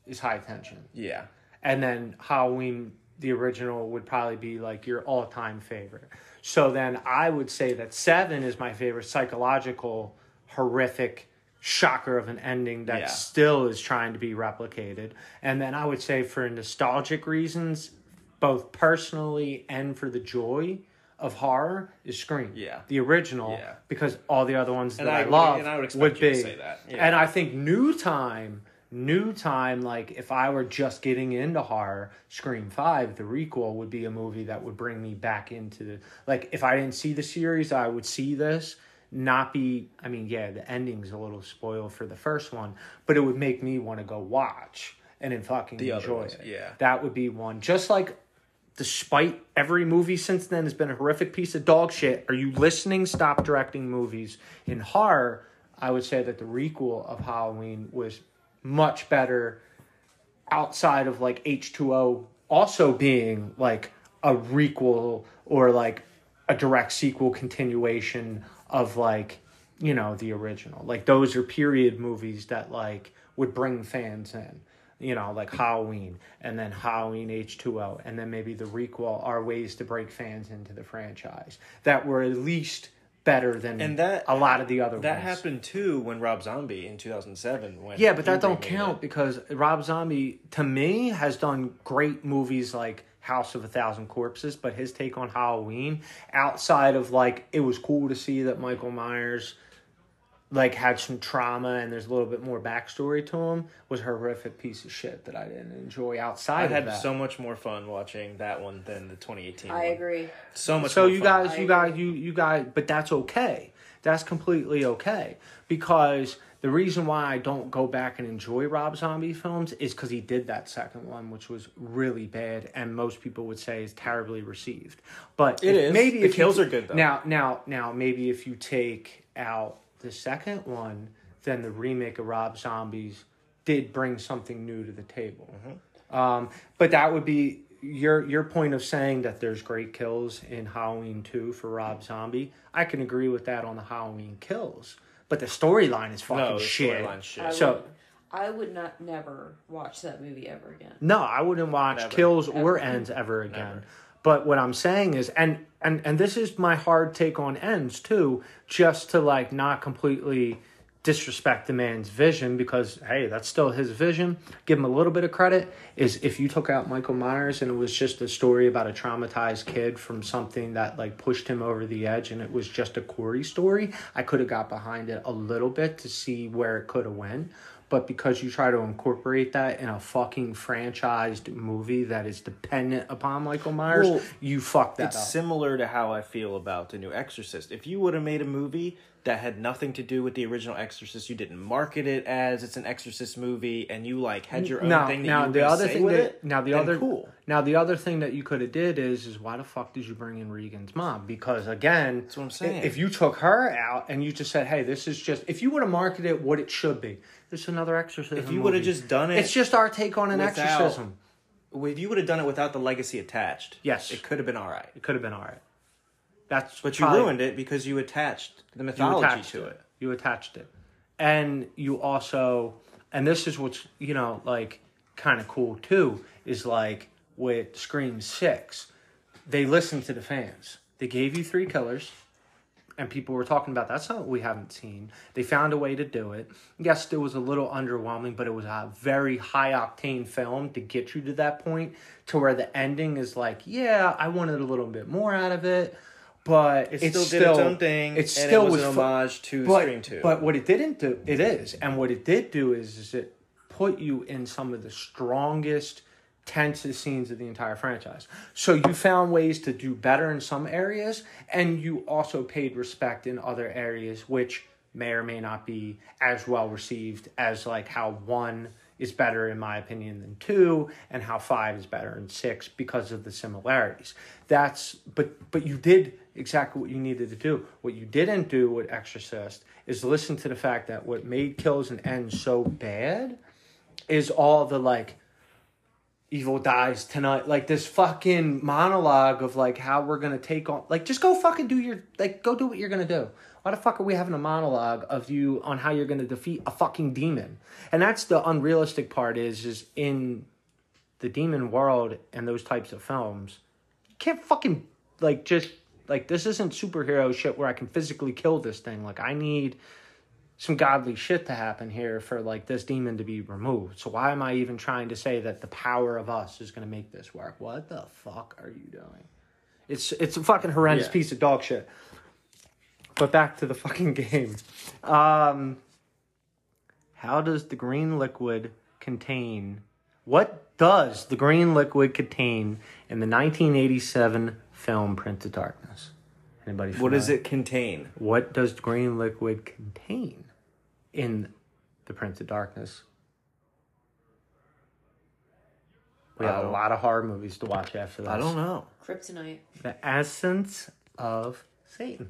is High Tension. Yeah. and then Halloween the original would probably be like your all time favorite. So then I would say that seven is my favorite psychological horrific shocker of an ending that Yeah. still is trying to be replicated. And then I would say for nostalgic reasons, both personally and for the joy of horror is Scream. Yeah. The original Yeah. because all the other ones And that I, I would- love and I would expect would you be. to say that. Yeah. And I think New Time, New Time, like if I were just getting into horror, Scream Five, the requel, would be a movie that would bring me back into the like if I didn't see the series, I would see this. Not be, I mean, yeah, the ending's a little spoiled for the first one, but it would make me want to go watch and then fucking The other enjoy ones, it. yeah. that would be one. Just like despite every movie since then has been a horrific piece of dog shit. Are you listening? Stop directing movies in horror. I would say that the requel of Halloween was much better outside of like H2O also being like a requel or like a direct sequel continuation of like you know the original like those are period movies that like would bring fans in you know like Halloween and then Halloween H2O and then maybe the requel are ways to break fans into the franchise that were at least better than And that- a lot of the other ones. That happened too when Rob Zombie in 2007 when Yeah, but he that don't remade it. count because Rob Zombie to me has done great movies like House of a Thousand Corpses, but his take on Halloween, outside of like it was cool to see that Michael Myers like had some trauma and there's a little bit more backstory to him was a horrific piece of shit that I didn't enjoy outside I of had that. so much more fun watching that one than the 2018. I one. agree. So much. so more you fun. guys I you guys you you guys but that's okay that's completely okay because the reason why i don't go back and enjoy rob zombie films is because he did that second one which was really bad and most people would say is terribly received but if- It is. maybe The if you kills t- are good, though. now now now maybe if you take out the second one then the remake of rob zombies did bring something new to the table Mm-hmm. um, but that would be your your point of saying that there's great kills in Halloween 2 for Rob Zombie. I can agree with that on the Halloween kills, but the storyline is fucking No, the shit. storyline's shit. I So- would, I would not never watch that movie ever again. No, I wouldn't watch Never. kills or ends ever again. But what I'm saying is, and and and this is my hard take on ends too, just to like not completely disrespect the man's vision because hey, that's still his vision. Give him a little bit of credit. Is if you took out Michael Myers and it was just a story about a traumatized kid from something that like pushed him over the edge, and it was just a Corey story, I could have got behind it a little bit to see where it could have went but because you try to incorporate that in a fucking franchised movie that is dependent upon Michael Myers, Well, you fuck that It's up. similar to how I feel about the new Exorcist. If you would have made a movie that had nothing to do with the original Exorcist, you didn't market it as it's an Exorcist movie, and you like had your own now, thing. That now you were the gonna other say thing with that it, now the then other cool. now the other thing that you could have did is is why the fuck did you bring in Regan's mom? Because again, that's what I'm saying. If you took her out and you just said, "Hey, this is just," if you would have marketed it what it should be, this is another exorcism. If you would have movie. just done it, it's just our take on an without- exorcism. if you would have done it without the legacy attached, Yes. it could have been all right. It could have been all right. That's But you probably- ruined it because you attached the you mythology attached to it. it. You attached it, and you also, and this is what's you know like kind of cool too is like with Scream Six, they listened to the fans. They gave you three killers, and people were talking about that's something we haven't seen. They found a way to do it. Yes, it was a little underwhelming, but it was a very high octane film to get you to that point to where the ending is like, yeah, I wanted a little bit more out of it. But it still did its own thing, It and it still was was an fu- homage to Scream 2. But what it didn't do, it is, and what it did do is, is it put you in some of the strongest, tensest scenes of the entire franchise. So you found ways to do better in some areas, and you also paid respect in other areas, which may or may not be as well received as like how one is better in my opinion than two and how five is better than six because of the similarities that's but but you did exactly what you needed to do what you didn't do with exorcist is listen to the fact that what made kills and ends so bad is all the like evil dies tonight like this fucking monologue of like how we're gonna take on like just go fucking do your like go do what you're gonna do why the fuck are we having a monologue of you on how you're gonna defeat a fucking demon and that's the unrealistic part is is in the demon world and those types of films you can't fucking like just like this isn't superhero shit where i can physically kill this thing like i need some godly shit to happen here for like this demon to be removed. So why am I even trying to say that the power of us is going to make this work? What the fuck are you doing? It's it's a fucking horrendous Yeah. piece of dog shit. But back to the fucking [laughs] game. Um how does the green liquid contain what does the green liquid contain in the 1987 film Prince of Darkness? Anybody What does familiar? it contain? what does green liquid contain in the Prince of Darkness? We have a Uh-oh. lot of horror movies to watch after this. Uh, I don't know. Kryptonite. The essence of Satan.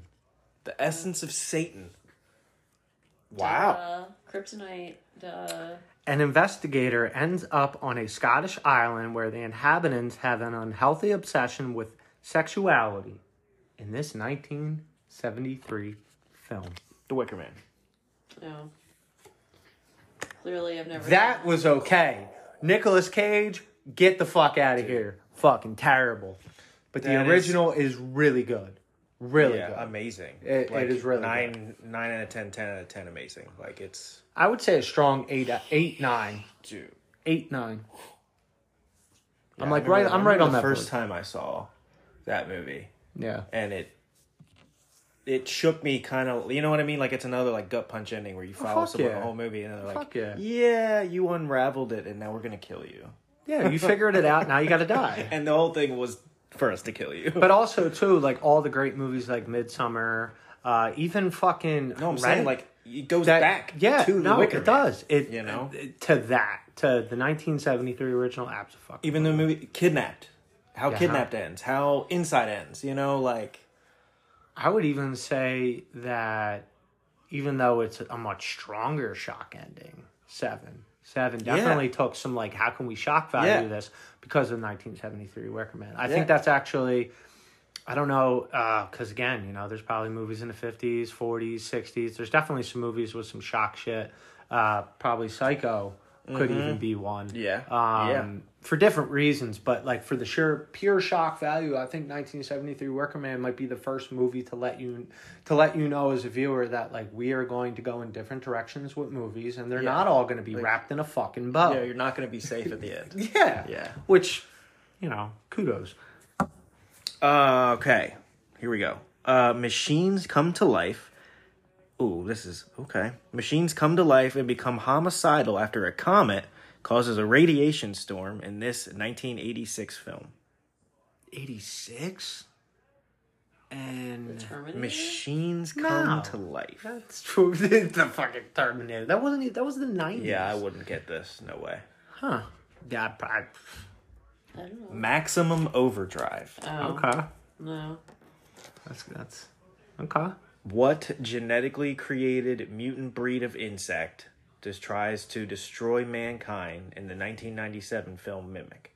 The essence of Satan. Wow. Duh. Kryptonite. Duh. An investigator ends up on a Scottish island where the inhabitants have an unhealthy obsession with sexuality in this 1973 film. the Wicker Man. No. Clearly, I've never. That was okay. Nicolas Cage, get the fuck out of here. Fucking terrible. But That the is- original is, really good. Really yeah, good. amazing. It- it is really nine, nine out of ten, ten out of ten, amazing. Like it's I would say a strong uh, eight, eight, nine, dude. eight, nine. I'm I like remember- right. I I'm right remember on the that. first board. time I saw that movie, Yeah. and it it shook me kind of. You know what I mean? Like it's another like gut punch ending where you follow Oh, fuck someone yeah. the whole movie, and they're like, Fuck yeah. yeah, you unraveled it, and now we're gonna kill you." Yeah. You figured it out. Now you got to [laughs] die. And the whole thing was for us to kill you. But also too, like all the great movies like Midsummer, uh, even fucking. no, I'm Rent. saying like it goes that back. yeah, to no, the Wicker it Man. does. It you know? it- to that to the 1973 original apps fuck. Even the movie Kidnapped, how Kidnapped ends, how Inside ends. You know, like I would even say that even though it's a much stronger shock ending, seven. Seven definitely took some like how can we shock value Yeah. this because of 1973 Wicker Man. I Yeah. think that's actually I don't know because again you know there's probably movies in the 50s, 40s, 60s. There's definitely some movies with some shock shit. Uh, probably Psycho could Mm-hmm. even be one. Yeah. Um, Yeah. For different reasons, but like for the sure pure shock value, I think 1973 Worker Man might be the first movie to let you to let you know as a viewer that like we are going to go in different directions with movies, and they're Yeah. not all going to be wrapped in a fucking bow. you know, you're not gonna be safe at the end. yeah. Yeah. Which, you know, kudos. [laughs] Uh, okay, here we go. Uh, machines come to life. Ooh, this is okay. Machines come to life and become homicidal after a comet causes a radiation storm in this 1986 film. 86 and Terminator? Machines come No. to life. that's true. [laughs] the fucking Terminator. That wasn't. e- That was the 90s. Yeah, I wouldn't get this. No way. Huh. Yeah. I, prob- I don't know. Maximum Overdrive. Oh, okay. no. That's that's okay. What genetically created mutant breed of insect just tries to destroy mankind in the 1997 film Mimic?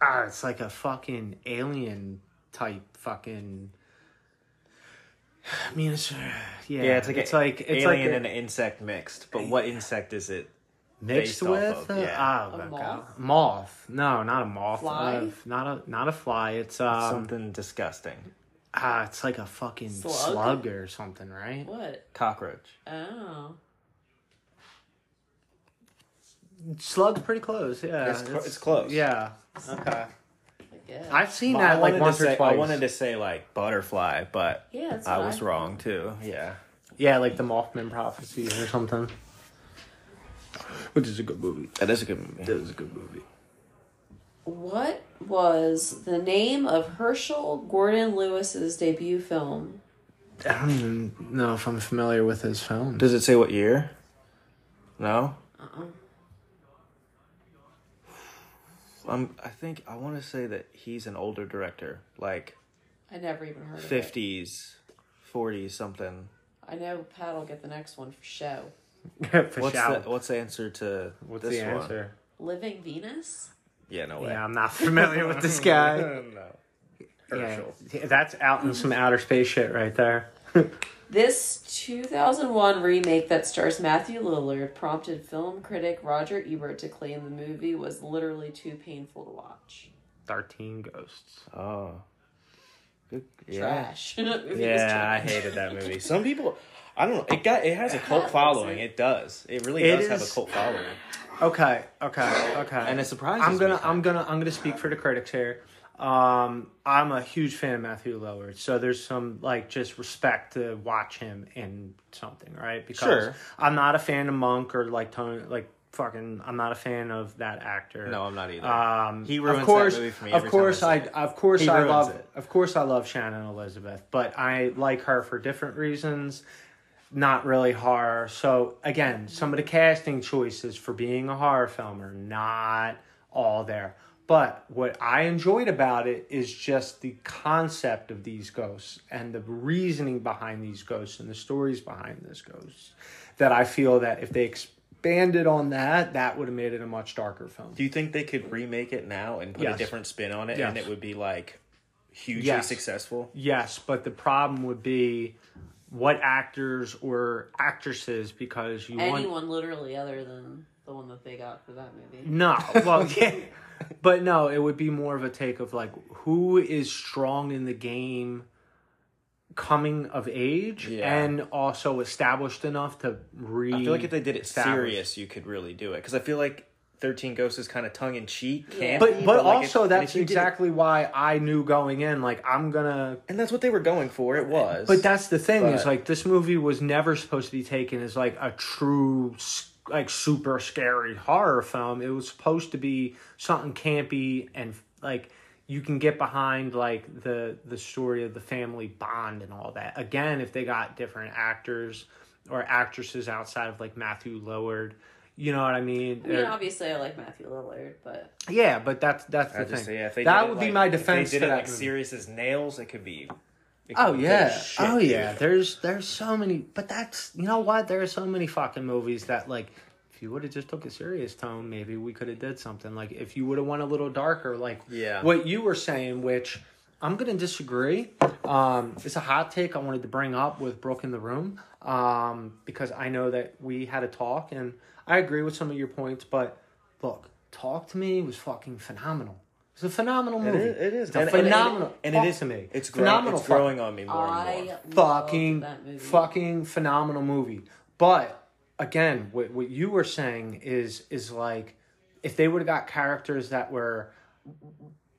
Ah, it's like a fucking alien type fucking. I mean, it's uh, yeah, Yeah, it's like it's a like it's alien like a- and an insect mixed. But what insect is it? mixed based off with of, uh, yeah. oh, my A God. moth. No, not a moth. Fly? Uh, not a not a fly. It's um Something disgusting. ah, it's like a fucking slug? Slug? or something, right? What? Cockroach. Oh. Slug's pretty close. Yeah, It's cl- it's close. Yeah. Okay. I guess. I've seen Well, that I like wanted once to or say, twice. I wanted to say like butterfly, but yeah, that's I what was wrong too. Yeah. Yeah, like the Mothman prophecies or something. Which is a good movie. That is a good movie. is a good movie. What was the name of Herschel Gordon Lewis's debut film? I don't even know if I'm familiar with his [laughs] film. Does it say what year? No. Uh-uh. Um, I think I want to say that he's an older director, like I never even heard of it. fifties, forties, something. I know Pat will get the next one for show. For What's shout. the What's the answer to What's this the one? answer? Living Venus? Yeah, no way. Yeah, I'm not familiar with this [laughs] guy. no. yeah, Herschel. that's out in some outer space shit right there. This 2001 remake that stars Matthew Lillard prompted film critic Roger Ebert to claim the movie was literally too painful to watch. Thirteen ghosts. Oh. Good. Yeah. Trash. [laughs] That movie was Yeah, I trash. hated that movie. Some people, I don't know. It got. It [laughs] has a cult following. It does. It really It does have a is- cult following. Okay, okay, okay. And it surprises I'm gonna, me. I'm gonna, I'm gonna speak for the critics here. Um, I'm a huge fan of Matthew Lillard, so there's some like just respect to watch him in something, right? Because Sure. I'm not a fan of Monk or like Tony, like fucking. I'm not a fan of that actor. No, I'm not either. Um, He ruins of that course, movie for me Of every time I course, see I, it. of course, He I ruins love, it. of course, I love Shannon Elizabeth, but I like her for different reasons. Not really horror. So again, some of the casting choices for being a horror film are not all there. But what I enjoyed about it is just the concept of these ghosts and the reasoning behind these ghosts and the stories behind these ghosts. That I feel that if they expanded on that, that would have made it a much darker film. Do you think they could remake it now and put Yes. a different spin on it, and Yes. it would be like hugely Yes. successful? Yes, but the problem would be what actors or actresses because you want Anyone literally other than the one that they got for that movie. no, well, [laughs] yeah, but no, it would be more of a take of like who is strong in the game, coming of age, Yeah. and also established enough to re. I feel like if they did it established. serious, you could really do it. Because I feel like Thirteen Ghosts is kind of tongue in cheek, Yeah. campy, But but, like, also if- and that's if you did it- exactly why I knew going in like I'm gonna. and that's what they were going for. It was, But that's the thing is But- like this movie was never supposed to be taken as like a true s- like super scary horror film. It was supposed to be something campy and like you can get behind like the the story of the family bond and all that. Again, if they got different actors or actresses outside of like Matthew Lillard, you know what I mean? I mean, Or- obviously, I like Matthew Lillard, but Yeah, but that's that's the I thing. just say, yeah, if they that did it, would be like- my if defense They to did it that like movie. serious as nails. It could be. it could Oh be yeah, shit, oh dude. yeah. There's there's so many, but that's you know what? There are so many fucking movies that like, if you would have just took a serious tone, maybe we could have did something. Like if you would have went a little darker, like Yeah. what you were saying, which I'm gonna disagree. Um, it's a hot take I wanted to bring up with Brooke in the room, um, because I know that we had a talk and I agree with some of your points, but look, talk to me was fucking phenomenal. It's a phenomenal It movie. is. It is. It's a phenomenal. And it Talk is to me. It's growing. It's fucking- growing on me more I and more. loved fucking that movie. fucking phenomenal movie. But again, what what you were saying is is like if they would have got characters that were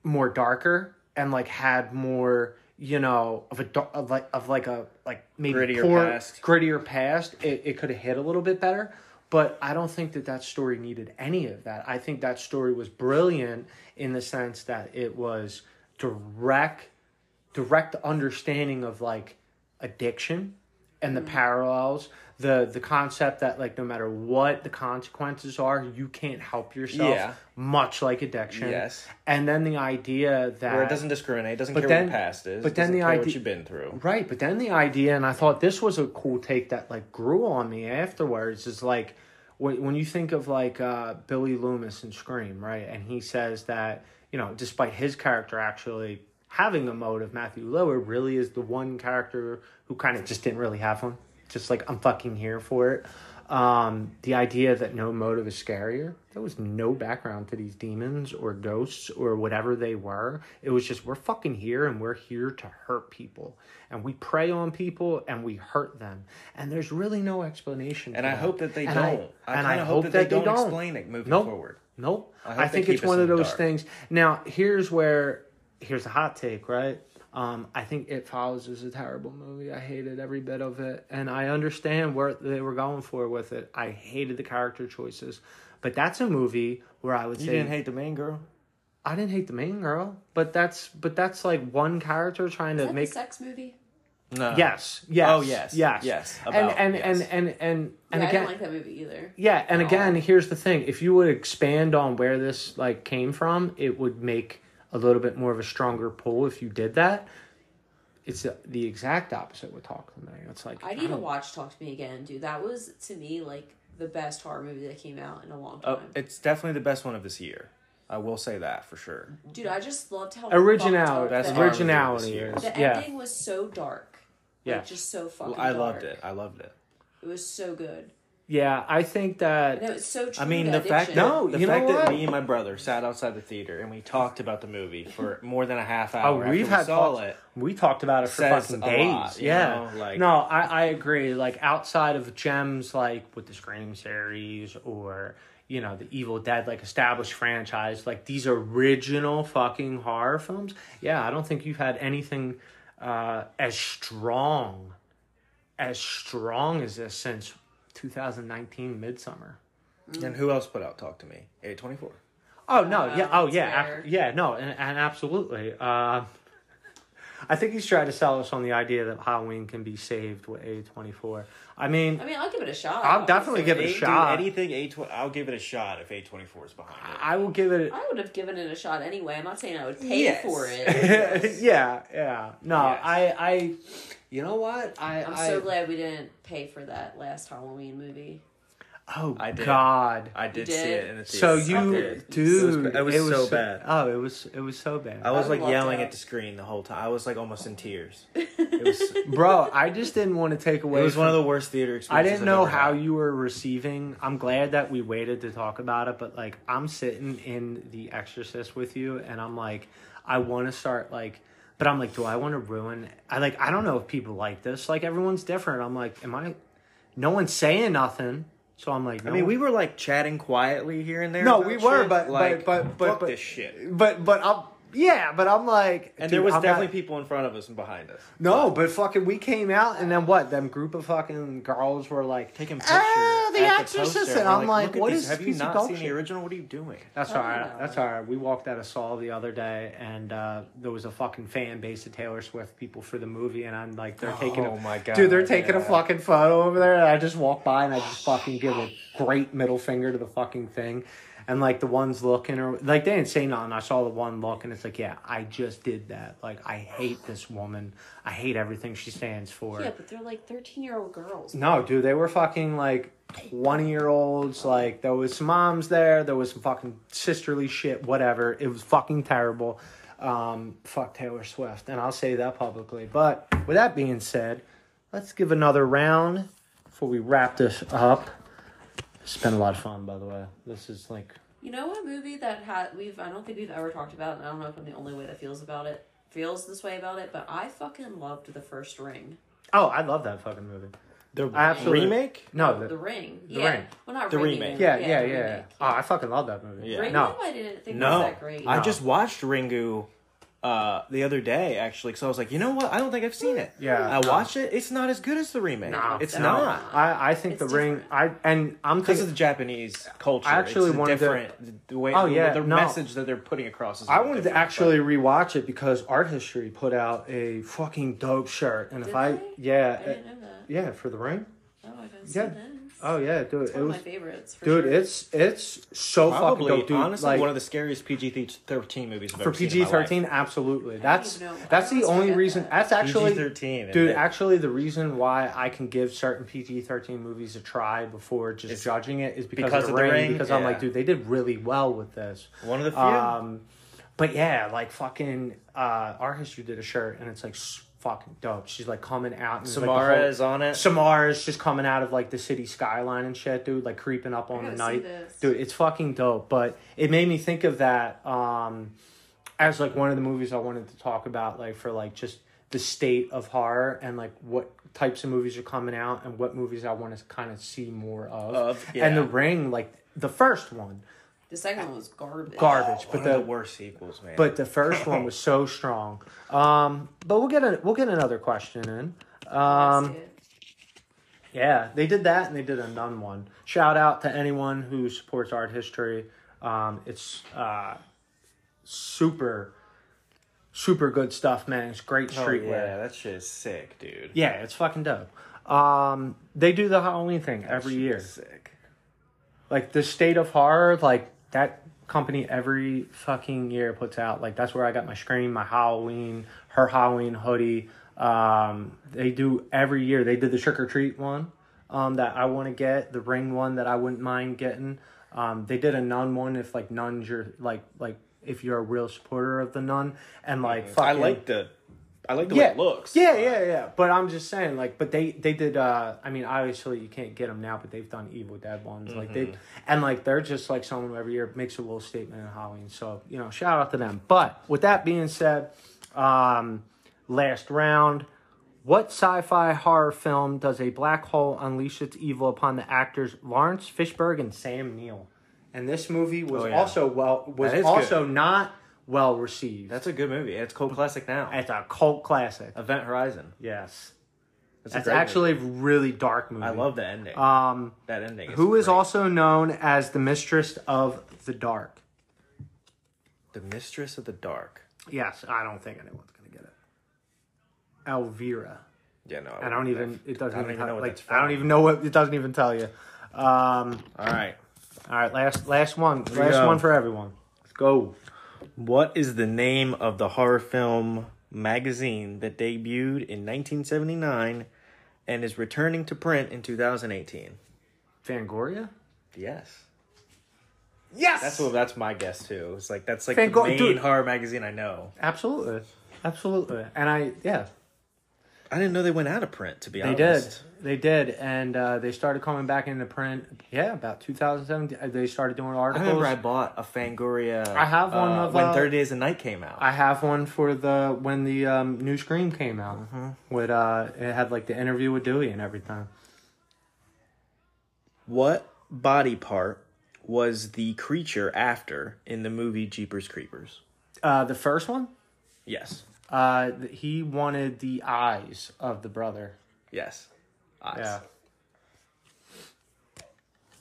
more darker and like had more you know of a dar- of like of like a like maybe Grittier past. grittier past it, it could have hit a little bit better but i don't think that that story needed any of that i think that story was brilliant in the sense that it was direct direct understanding of like addiction and Mm. the parallels the the concept that like no matter what the consequences are you can't help yourself Yeah. much like addiction Yes. and then the idea that Where it doesn't discriminate. It doesn't But care then- what your past is. but it then doesn't the care idea- what you've been through. right but then the idea and i thought this was a cool take that like grew on me afterwards is like when, when you think of like uh, billy loomis in scream right and he says that you know despite his character actually having a motive matthew lillard really is the one character who kind of just didn't really have one just like i'm fucking here for it um, the idea that no motive is scarier. There was no background to these demons or ghosts or whatever they were. It was just we're fucking here and we're here to hurt people, and we prey on people and we hurt them. And there's really no explanation. And for I that. hope that they And don't. I, and kind of hope that they, don't, explain it moving Nope. forward. Nope. I, hope they think keep it's us one in of the those dark. things. Now, here's where here's a hot take, right? Um, I think It Follows is a terrible movie. I hated every bit of it, and I understand what they were going for with it. I hated the character choices, but that's a movie where I would say hate the main girl. I didn't hate the main girl, but that's but that's like one character trying Is to that make the sex movie? No. yes, yes, Oh, yes, yes, yes, and about, and, yes. and and and and yeah, I again, didn't like that movie either. yeah, and again, here's the thing: if you would expand on where this like came from, it would make a little bit more of a stronger pull if you did that. It's the- the exact opposite with Talk to Me. It's like I need to don't- watch Talk to Me Again, dude. That was to me like the best horror movie that came out in a long Oh, time. it's definitely the best one of this year. I will say that for sure. dude, I just loved how originality. fucked That's up horror the, movie originality. this year. is- the yeah, ending was so dark. Yeah. Like, just so fucking. Well, I dark. loved it. I loved it. It was so good. yeah. I think that No, it's so true. I mean, to the fact addiction. that, No, the you know fact that what? me and my brother sat outside the theater and we talked about the movie for more than a half Oh, hour. after we've we had saw talks- it. We talked about it for Says fucking a days. lot, you yeah. know, like- no, I, I agree. Like outside of gems, like with the Scream series or you know the Evil Dead, like established franchise, like these original fucking horror films. Yeah, I don't think you've had anything uh, as strong, as strong as this since 2019 Midsummer. And who else put out Talk to Me? A24. Oh no, yeah, oh Uh, that's yeah, fair. ab- yeah, no, and, and absolutely. Uh, [laughs] I think he's trying to sell us on the idea that Halloween can be saved with A twenty four. I mean, I mean, I'll give it a shot. I'll definitely give it a Any- dude, shot. anything A20, I'll give it a shot if A24 is behind it. I will give it. [laughs] I would have given it a shot anyway. I'm not saying I would pay Yes. for [laughs] it. yeah, yeah. No, Yes. I, I. You know what? I. I'm I- so glad we didn't pay for that last Halloween movie. Oh I did. God. I did, You see did? it in the theater. so I you, did. dude, It was, it was so bad. Oh, it was it was so bad. I was I like walked yelling out. at the screen the whole time. I was like almost [laughs] in tears. It was, it Bro, I just didn't want to take away. was from- one of the worst theater I experiences. didn't know how you were receiving. I'm glad that we waited to talk about it, but like I'm sitting in The Exorcist with you, and I'm like, I want to start like, but I'm like, do I want to ruin? I like, I don't know if people like this. Like everyone's different. I'm like, am I? No one's saying nothing. So I'm like, I no. mean, we were like chatting quietly here and there. No, about we were, shit. but- like, but- but- but- fuck but- this shit. And but but I'm yeah, but I'm like, there dude, was I'm not- definitely people in front of us and behind us. No, but fucking, we came out, and then what? Them group of fucking girls were like Taking pictures. Ah, The at Exorcist, poster, and we're I'm like, "Look at what these. is Have this you piece of not dog seen the shit?" original? What are you doing? That's Oh, all right. no. That's all right. We walked out of Saul the other day, and uh, there was a fucking fan base of Taylor Swift people for the movie, and I'm like, they're taking. Oh a, my God, dude! They're taking a yeah. fucking photo over there, and I just walk by and I just fucking give a great middle finger to the fucking thing, and like the ones looking or like they didn't say nothing. I saw the one look, and it's like, yeah, I just did that. Like I hate this woman. I hate everything she stands for. Yeah, but they're like 13 year old girls. No, dude, they were fucking like twenty year olds. Like there was some moms there, there was some fucking sisterly shit, whatever. It was fucking terrible. Um, fuck Taylor Swift, and I'll say that publicly. But with that being said, let's give another round before we wrap this up. It's been a lot of fun, by the way. This is like You know what movie that had we've I don't think we've ever talked about, and I don't know if I'm the only way that feels about it feels this way about it, but I fucking loved the first ring. oh, I love that fucking movie. The Absolutely. remake? No, Oh, the the, ring. yeah. Ring. Well, not The ring, remake. yeah, the yeah, yeah, remake. Oh, I fucking love that movie. Yeah. Ring No, I didn't think No, was that great. I No. just watched Ringu uh, the other day actually because I was like, you know what? I don't think I've seen it. Yeah. I watched it. It's not as good as the remake. No, it's no. not I, I think It's the ring. I and I'm because thinking of the Japanese culture. I actually it's a wanted to- different the way. Oh, the- yeah, the no. message that they're putting across. Is a I little wanted to different, actually rewatch it because Art History put out a fucking dope shirt, and if Did I they? yeah I uh, didn't know that. yeah for the ring. Oh, I haven't Yeah. seen this. Oh yeah, dude, it's it one was of my favorites. For dude, sure. it's it's so but probably fucking dope, dude. honestly like, one of the scariest PG thirteen movies I've for ever seen in PG my life. thirteen, absolutely. That's even know. I that's the always only forget reason. that. That's actually PG-13, and dude. it- Actually, the reason why I can give certain PG thirteen movies a try before just It's- judging it is because, because of the ring. because I'm like, yeah. dude, they did really well with this. One of the few. Um, but yeah, like fucking uh, our history did a shirt, and it's like s- fucking dope. She's like coming out. And, Samara like, the whole- is on it. Samara's just coming out of like the city skyline and shit, dude. Like creeping up on the gotta see night, this. dude. It's fucking dope. But it made me think of that um, as like one of the movies I wanted to talk about, like for like just the state of horror and like what types of movies are coming out and what movies I want to kind of see more of. Of, And the yeah. ring, like the first one, the second one was garbage. garbage. One but of the the worst sequels, man. but the first one was so strong. Um, but we'll get a, we'll get another question in. Um, yeah, they did that and they did a nun one. Shout out to anyone who supports art history. Um, it's uh, super, super good stuff, man. It's great Oh, streetwear. yeah, that shit is sick, dude. yeah. it's fucking dope. Um, they do the Halloween thing every Shit year. is sick. Like the state of horror, like that company every fucking year puts out. Like that's where I got my scream, my Halloween, her Halloween hoodie. Um, they do every year. They did the trick or treat one um, that I want to get, the ring one that I wouldn't mind getting. Um, they did a nun one if like nuns your like like if you're a real supporter of the nun and like fucking, I like the, I like the way yeah. it looks. Yeah, yeah, yeah. But I'm just saying, like, but they they did. uh I mean, obviously you can't get them now, but they've done Evil Dead ones, like they, Mm-hmm. and like they're just like someone who every year makes a little statement in Halloween. So you know, shout out to them. But with that being said, um last round. What sci-fi horror film does a black hole unleash its evil upon the actors Lawrence Fishburne and Sam Neill? And this movie was Oh, yeah. also well was That is also not well received. That's a good movie. It's cult classic now. it's a cult classic. Event Horizon. Yes. It's a That's great movie. actually a really dark movie. I love the ending. Um, that ending. Is who is great. also known as the Mistress of the Dark? the Mistress of the Dark? Yes, I don't think anyone's gonna get it. Elvira. Yeah, no. I don't even. It doesn't I don't even, even know tell- what like, that's I don't from. even know what it doesn't even tell you. Um, All right. all right, last last one, we last go. one for everyone. Let's go. What is the name of the horror film magazine that debuted in 1979 and is returning to print in 2018? Fangoria. Yes. Yes. That's what, that's my guess too. It's like that's like Thank the God- main dude. horror magazine I know. Absolutely. Absolutely. And I yeah, I didn't know they went out of print to be They did. honest. They did, and uh, they started coming back into print. Yeah, about 2017. Uh, They started doing I articles. remember I bought a Fangoria. I have one uh, of, when uh, Thirty Days a Night came out. I have one for the when the um, new Scream came out. Mm-hmm. With uh, it had like the interview with Dewey and everything. What body part was the creature after in the movie Jeepers Creepers? Uh, the first one, Yes. uh, th- he wanted the eyes of the brother. Yes. Eyes. Yeah,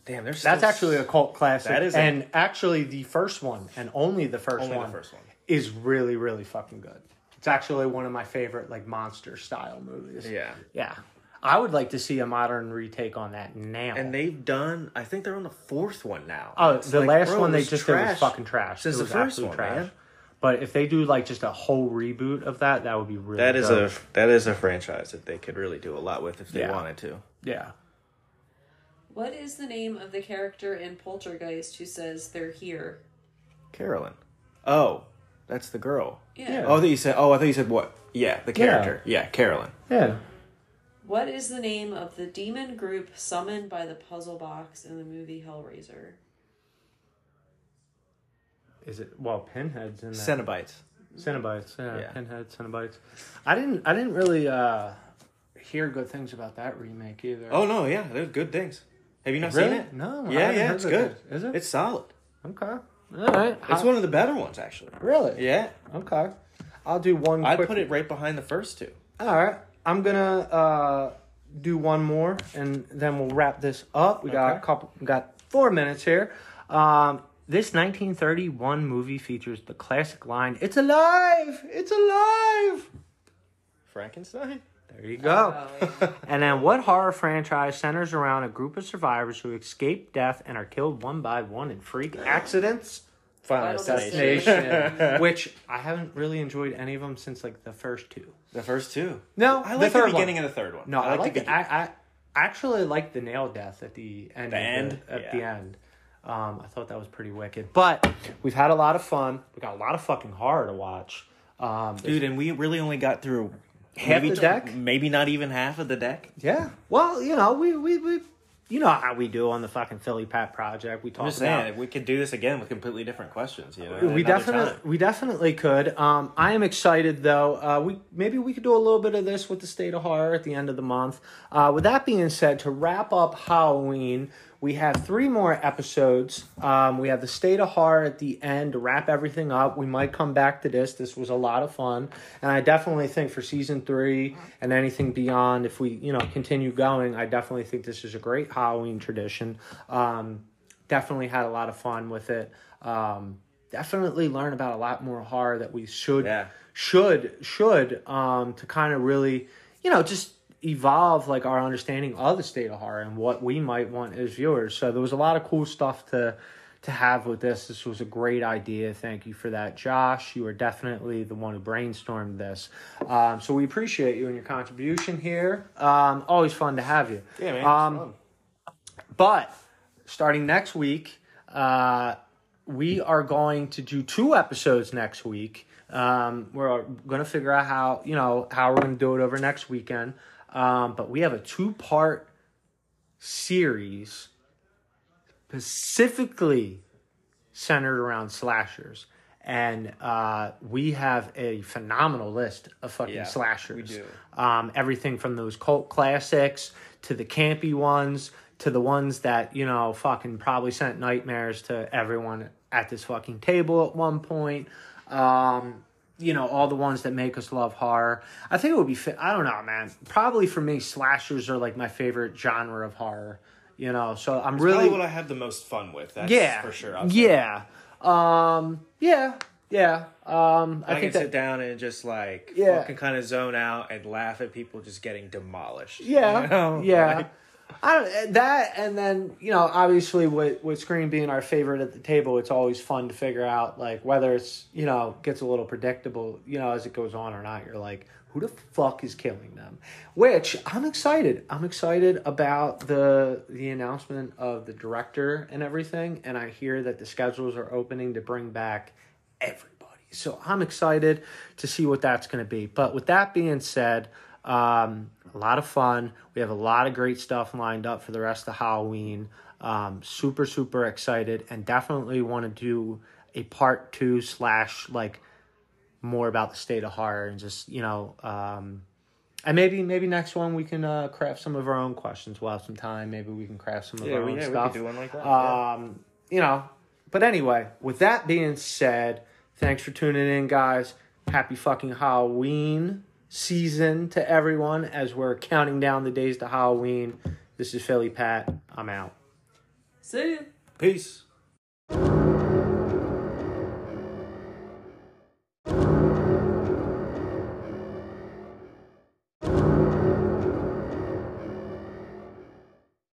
Damn, there's that's still actually a cult classic. That is a- and actually the first one, and only the first only one, the first one. is really really fucking good. It's actually one of my favorite like monster style movies. Yeah. yeah. I would like to see a modern retake on that now. And they've done. I think they're on the fourth one now. Oh, It's the like, last bro, one it they was just did was trash fucking trash. Since It the was first absolute one, man. But if they do like just a whole reboot of that, that would be really. That is dope. a that is a franchise that they could really do a lot with if they Yeah. wanted to. yeah. What is the name of the character in Poltergeist who says they're here? Carolyn. Oh, that's the girl. Yeah. Yeah. Oh, I thought you said. Oh, I thought you said what? Yeah, the character. Yeah, Carolyn. Yeah. What is the name of the demon group summoned by the puzzle box in the movie Hellraiser? Is it well? Pinheads in that. Cenobites. Cenobites. Yeah. Yeah. Pinhead Cenobites. I didn't. I didn't really uh hear good things about that remake either. Oh no, yeah, they're good things. Have you not Really? seen it? No, I Yeah, haven't yeah, heard it's of good. it. Is it? It's solid. Okay. All right. It's one of the better ones actually. Really? Yeah, Okay. I'll do one. I quick put it right behind the first two. All right. I'm gonna uh, do one more, and then we'll wrap this up. We got a Okay. couple. We got four minutes here. Um, this 1931 movie features the classic line, "It's alive! It's alive!" Frankenstein. There you go. Oh, [laughs] yeah. and then, what horror franchise centers around a group of survivors who escape death and are killed one by one in freak accidents? Final Final Destination, [laughs] which I haven't really enjoyed any of them since like the first two. The first two. No, the I like the, third beginning one. of the third one. No, I like the it. I, I actually like the nail death at the end. The of end? at Yeah. the end. Um, I thought that was pretty wicked. But we've had a lot of fun. We got a lot of fucking horror to watch. Um, dude, and we really only got through Half maybe the tw- deck? maybe not even half of the deck. yeah. Well, you know, we we we, you know how we do on the fucking Philly Pat project. We I'm talk just about saying, if we could do this again with completely different questions. You know, we another definitely time. we definitely could. Um, I am excited though. Uh, we maybe we could do a little bit of this with the state of horror at the end of the month. Uh, with that being said, to wrap up Halloween, we have three more episodes. Um, we have the state of horror at the end to wrap everything up. We might come back to this. This was a lot of fun, and I definitely think for season three and anything beyond, if we you know continue going, I definitely think this is a great Halloween tradition. Um, definitely had a lot of fun with it. Um, definitely learn about a lot more horror that we should Yeah. should should um, to kind of really you know just evolve like our understanding of the state of horror and what we might want as viewers. So there was a lot of cool stuff to to have with this. This was a great idea. Thank you for that, Josh. You are definitely the one who brainstormed this. Um, so we appreciate you and your contribution here. Um, always fun to have you. Yeah, man. Um, it's fun. but starting next week, uh, we are going to do two episodes next week. Um, we're going to figure out how you know how we're going to do it over next weekend. Um, but we have a two part series specifically centered around slashers. And uh, we have a phenomenal list of fucking Yeah, we slashers. do. Um, everything from those cult classics to the campy ones to the ones that, you know, fucking probably sent nightmares to everyone at this fucking table at one point. Um, you know, all the ones that make us love horror. I think it would be, fa- I don't know, man. Probably for me, slashers are like my favorite genre of horror, you know, so I'm really. Probably what I have the most fun with. That's Yeah, for sure. I'll say. Yeah, um, yeah, yeah. Um, I I, think can that sit down and just like Yeah. fucking kind of zone out and laugh at people just getting [laughs] demolished. yeah, [laughs] You know? yeah. Like, I don't, eh, that and then you know obviously with with Scream being our favorite at the table, it's always fun to figure out like whether it's you know gets a little predictable you know as it goes on or not. You're like, who the fuck is killing them? Which I'm excited. I'm excited about the the announcement of the director and everything, and I hear that the schedules are opening to bring back everybody. So I'm excited to see what that's going to be. But with that being said, um, a lot of fun. We have a lot of great stuff lined up for the rest of Halloween. Um, super, super excited and definitely want to do a part two slash like more about the state of horror and just, you know, um, And maybe maybe next one we can uh, craft some of our own questions. We'll have some time. Maybe we can craft some of Yeah, our we, own yeah, we stuff. could do one like that. yeah. Um, you know, but anyway, with that being said, thanks for tuning in, guys. Happy fucking Halloween season to everyone as we're counting down the days to Halloween. This is Philly Pat. I'm out. See you. Peace.